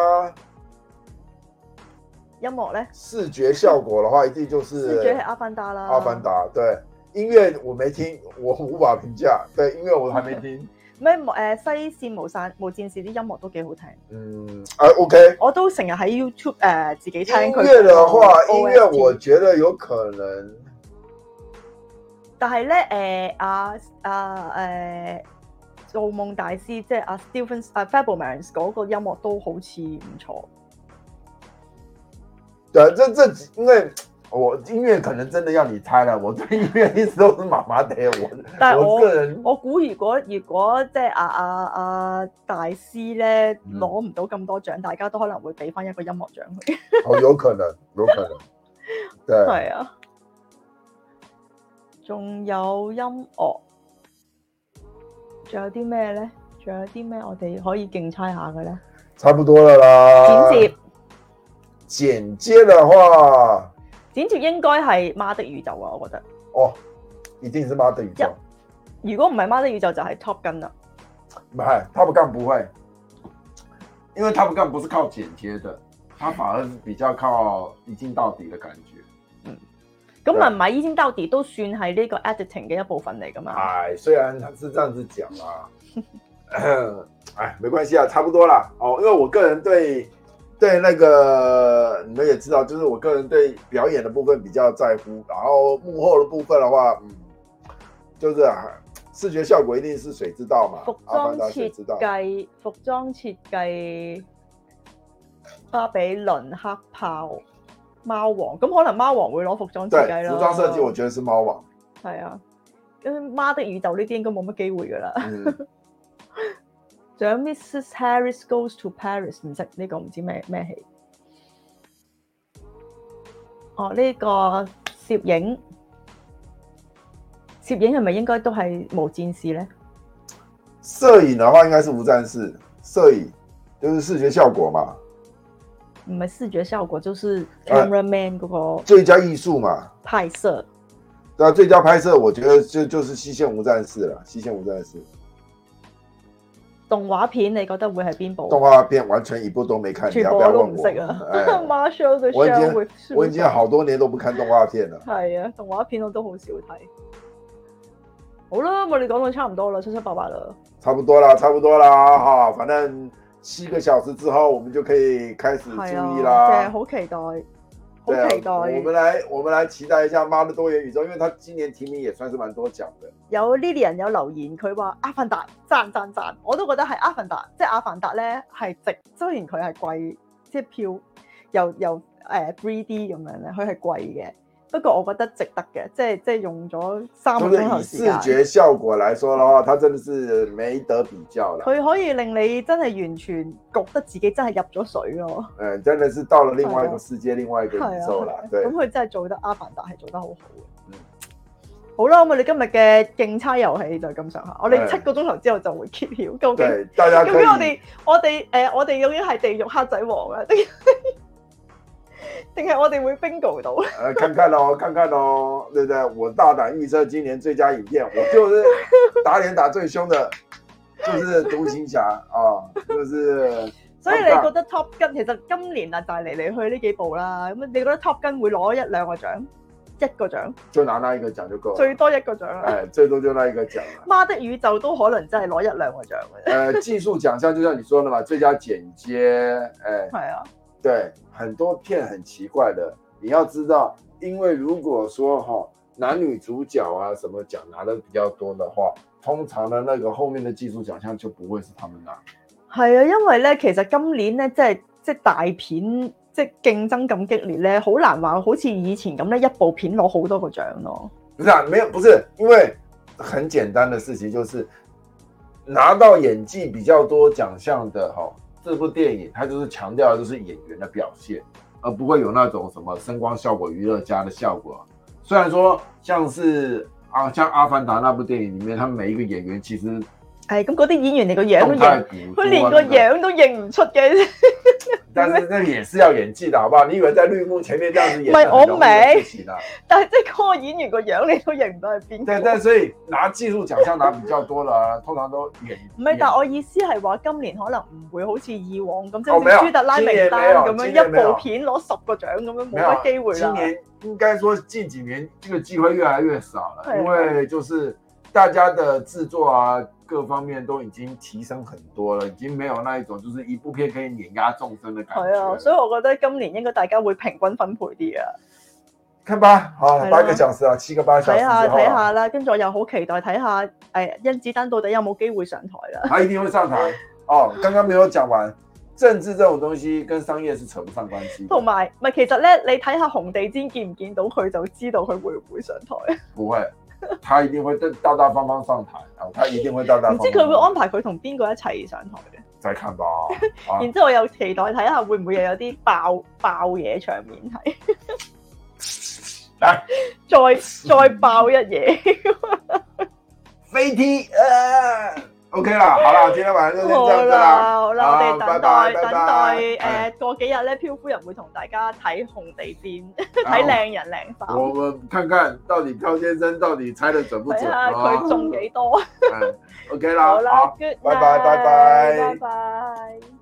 S1: 音樂咧。
S2: 视觉效果的话，一定就是
S1: 視覺係阿凡達啦，
S2: 阿凡。达》
S1: 哦
S2: 对。音乐我没听，我无法评价。對音乐我还没聽。
S1: 咩誒西線無散無戰事啲音樂都幾好聽，
S2: 嗯，啊，OK。
S1: 我都成日喺 YouTube 誒、呃自己聽
S2: 音
S1: 佢。
S2: 乐的话，音乐我，觉得有可能
S1: 但係咧誒阿阿誒造夢大師即係阿 Stephen 阿 Fablemans 嗰個音樂都好似唔錯，
S2: 对啊，这这几因为我音乐可能真的要你猜了，我对音乐一直都是麻麻的。我
S1: 但係
S2: 我
S1: 我
S2: 个人
S1: 我估如果如果即係阿阿阿大師咧
S2: 嗯
S1: 攞唔到咁多獎，大家都可能會俾翻一個音樂獎佢。
S2: 哦，有可能，有可能。对，
S1: 係啊，仲有音樂，仲有啲咩咧？仲有啲咩我哋可以競猜下嘅咧？
S2: 差不多了啦。
S1: 剪接，
S2: 剪接的话，
S1: 剪接應該係《媽的宇宙》啊，我覺得。
S2: 哦，一定是妈的宇宙。
S1: 如果唔係《媽的宇宙》，就係 Top Gun 啦。
S2: 不是，他不干不会，因为他不干不是靠剪接的，他反而是比较靠一镜到底的感觉。
S1: 咁啊咪唔係《伊天兜底》都算係呢個 editing 嘅一部分嚟㗎嘛？
S2: 哎，虽然他是这样子讲啦、啊，哎，没关系啊，差不多啦。哦，因为我个人对对那个你们也知道，就是我个人对表演的部分比较在乎，然后幕后的部分的话，嗯，就是、啊、视觉效果一定是水之道嘛，
S1: 服
S2: 阿
S1: 裝
S2: 凡达水
S1: 設
S2: 之道。
S1: 計，服裝設計，巴比倫黑豹。貓王咁可能貓王會攞服裝設計
S2: 对，
S1: 啦。
S2: 服装设计我觉得是猫王，
S1: 係啊，咁媽的宇宙呢啲應該冇乜機會噶啦。 (laughs)
S2: 嗯，
S1: 仲有 Mrs. Harris Goes to Paris，唔識呢個唔知咩咩戲。哦，呢、個攝影、設攝影係咪應該都係無戰事咧？
S2: 摄影的话应该是无战事，摄影就是视觉效果嘛，
S1: 唔係視覺效果，就是
S2: 啊
S1: cameraman 嗰個
S2: 最佳艺术嘛。
S1: 拍攝。
S2: 那最佳拍摄，我觉得就就是《西线无战事》了，《西线无战事》
S1: 動畫片你覺得會係邊部？
S2: 动画片完全一部都没看，你
S1: 全
S2: 要
S1: 部
S2: 不要
S1: 我都
S2: 问
S1: 唔
S2: 我。
S1: 識啊
S2: 哎，
S1: (laughs) Marshall 嘅
S2: 我已經
S1: Shell with
S2: 我已经
S1: Susan
S2: 好多年都不看动画片了。
S1: 係啊，動畫片我都好少睇。好啦，我哋講到差唔多啦，七七八八啦。
S2: 差不多啦，差不多啦，哈，反正七个小时之后我们就可以开始注
S1: 係
S2: 意
S1: 啊，
S2: 啦。
S1: 即係好期
S2: 对
S1: 待，好期
S2: 啊，我们
S1: 待。
S2: 来我们来期待一下《妈的多元宇宙》，因为它今年提名也算是蛮多奖的。
S1: 有呢啲人有留言，佢話《阿凡達》讚讚讚，我都覺得係《阿凡達》，即係《阿凡達》咧係值，雖然佢係貴，即係票又又誒 3D 咁樣咧，佢係貴嘅。不過我覺得值得嘅，即係即係用咗三個
S2: 就是
S1: 鐘頭
S2: 以
S1: 時
S2: 视
S1: 間。
S2: 觉效果来说的话，它真的是没得比较了。
S1: 佢可以令你真係完全覺得自己真係入咗水咯。
S2: 嗯，真的是到了另外一
S1: 好
S2: 个
S1: 的
S2: 世界，另外一个
S1: 係啊
S2: 宇宙啦
S1: 係啊。
S2: 对
S1: 咁，佢真係做得《阿凡達》係做得好好嘅。
S2: 嗯
S1: 好啦，咁我哋今日嘅競猜遊戲就係咁上下。我哋
S2: 係
S1: 七個鐘頭之後就會揭曉，究竟
S2: 对，大家
S1: 究
S2: 可
S1: 竟我
S2: 以
S1: 哋我哋誒、呃我哋究竟係地獄黑仔王啊，定 (laughs) 係定係我哋會 bingo
S2: (laughs)
S1: 到？
S2: (laughs) 呃看看哦，看看哦，对不对？我大胆预测今年最佳影片，我就是打脸打最凶的，就是独行侠啊，就是
S1: 所以你
S2: Top Gun
S1: 覺得 Top Gun 其實今年啊就係嚟嚟去呢幾部啦。咁你覺得 Top Gun 會攞一兩個獎？一個獎，
S2: 就拿那一个奖就够了，
S1: 最多一個獎
S2: (laughs)
S1: 啦。
S2: 哎，最多就那一个奖了。
S1: 媽的宇宙都可能真係攞一兩個獎嘅啫。
S2: 呃，技术奖项就像你说的嘛，最佳剪接，哎，
S1: 係啊，
S2: 对，很多片很奇怪的，你要知道，因为如果说哈、男女主角啊什么奖拿的比较多的话，通常的那个后面的技术奖项就不会是他们拿。
S1: 係啊，因為咧，其實今年咧，即係即係大片，即係競爭咁激烈咧，好難話好似以前咁咧，一部片攞好多個獎咯。
S2: 不是啊，没有，不是，因为很简单的事情就是拿到演技比较多奖项的哈、这部电影它就是强调的就是演员的表现，而不会有那种什么声光效果、娱乐家的效果。虽然说像是啊，像《阿凡达》那部电影里面，他们每一个演员其实
S1: 係咁，嗰啲演員連個樣都
S2: 动态
S1: 認，
S2: 捕捉、
S1: 佢
S2: 啊，
S1: 連個
S2: 那个
S1: 樣都認唔出嘅。
S2: 但是那也是要演技的好不好？你以为在绿幕前面这样子
S1: (laughs)
S2: 演
S1: 唔係
S2: 是很容易
S1: 我明
S2: 的事情啊？
S1: 但係即係嗰個演員個樣你都認唔到係邊
S2: 对，
S1: 個。
S2: 但所以拿技术奖项拿比较多了啊，通常都演
S1: 唔係，
S2: 演
S1: 但係我意思係話，今年可能唔會好似以往咁，即係
S2: 哦沒有
S1: 好似朱特拉名單咁
S2: 今年
S1: 樣，一
S2: 沒有
S1: 部片攞十個獎咁樣，
S2: 没
S1: 冇
S2: 有啊
S1: 乜機會
S2: 今
S1: 啦。
S2: 年应该说近几年这个机会越来越少了，
S1: 对
S2: 因为就是大家的制作啊各方面都已经提升很多了，已经没有那一种就是一部片可以碾压众生的感
S1: 係啊，
S2: 觉。
S1: 所以我覺得今年應該大家會平均分配啲啊。
S2: 看吧，好
S1: 对啊
S2: 八个小时啊，七个八小
S1: 睇
S2: 时之
S1: 下
S2: 后
S1: 睇
S2: 啊，
S1: 下啦，跟住我又好期待睇下誒甄子丹到底有冇機會上台啦。
S2: 他一定会上台哦。刚刚没有讲完，政治这种东西跟商业是扯不上关系的
S1: 同，埋唔係，其實咧，你睇下紅地氈見唔見到佢，就知道佢會唔會上台。
S2: 不会，他一定会大大方方上台啊，他一定会大大
S1: 唔
S2: 方
S1: 知
S2: 方。
S1: 佢會安排佢同邊個一齊上台嘅。
S2: 再看吧，
S1: (laughs)
S2: 啊
S1: 然之後我又期待睇下會唔會又有啲爆爆嘢場面係，
S2: 来
S1: 再再爆一嘢。
S2: (laughs) 飞踢，呃，OK 啦，好啦，今天晚上就先这
S1: 好
S2: 样子啦。
S1: 啦好啦，我哋
S2: 好
S1: 等
S2: 啊拜拜
S1: 待
S2: 拜
S1: 等
S2: 拜嗯
S1: 待誒，過幾日咧，漂夫人會同大家睇紅地氈，睇
S2: 然
S1: 靚人靚
S2: 后
S1: 衫，
S2: 我们看看到底漂先生到底猜的准不
S1: 睇
S2: 准
S1: 下佢
S2: 啊
S1: 中幾多。
S2: 嗯，OK 啦，
S1: 好啦
S2: 好。
S1: ，good，
S2: 拜拜拜拜
S1: 拜拜。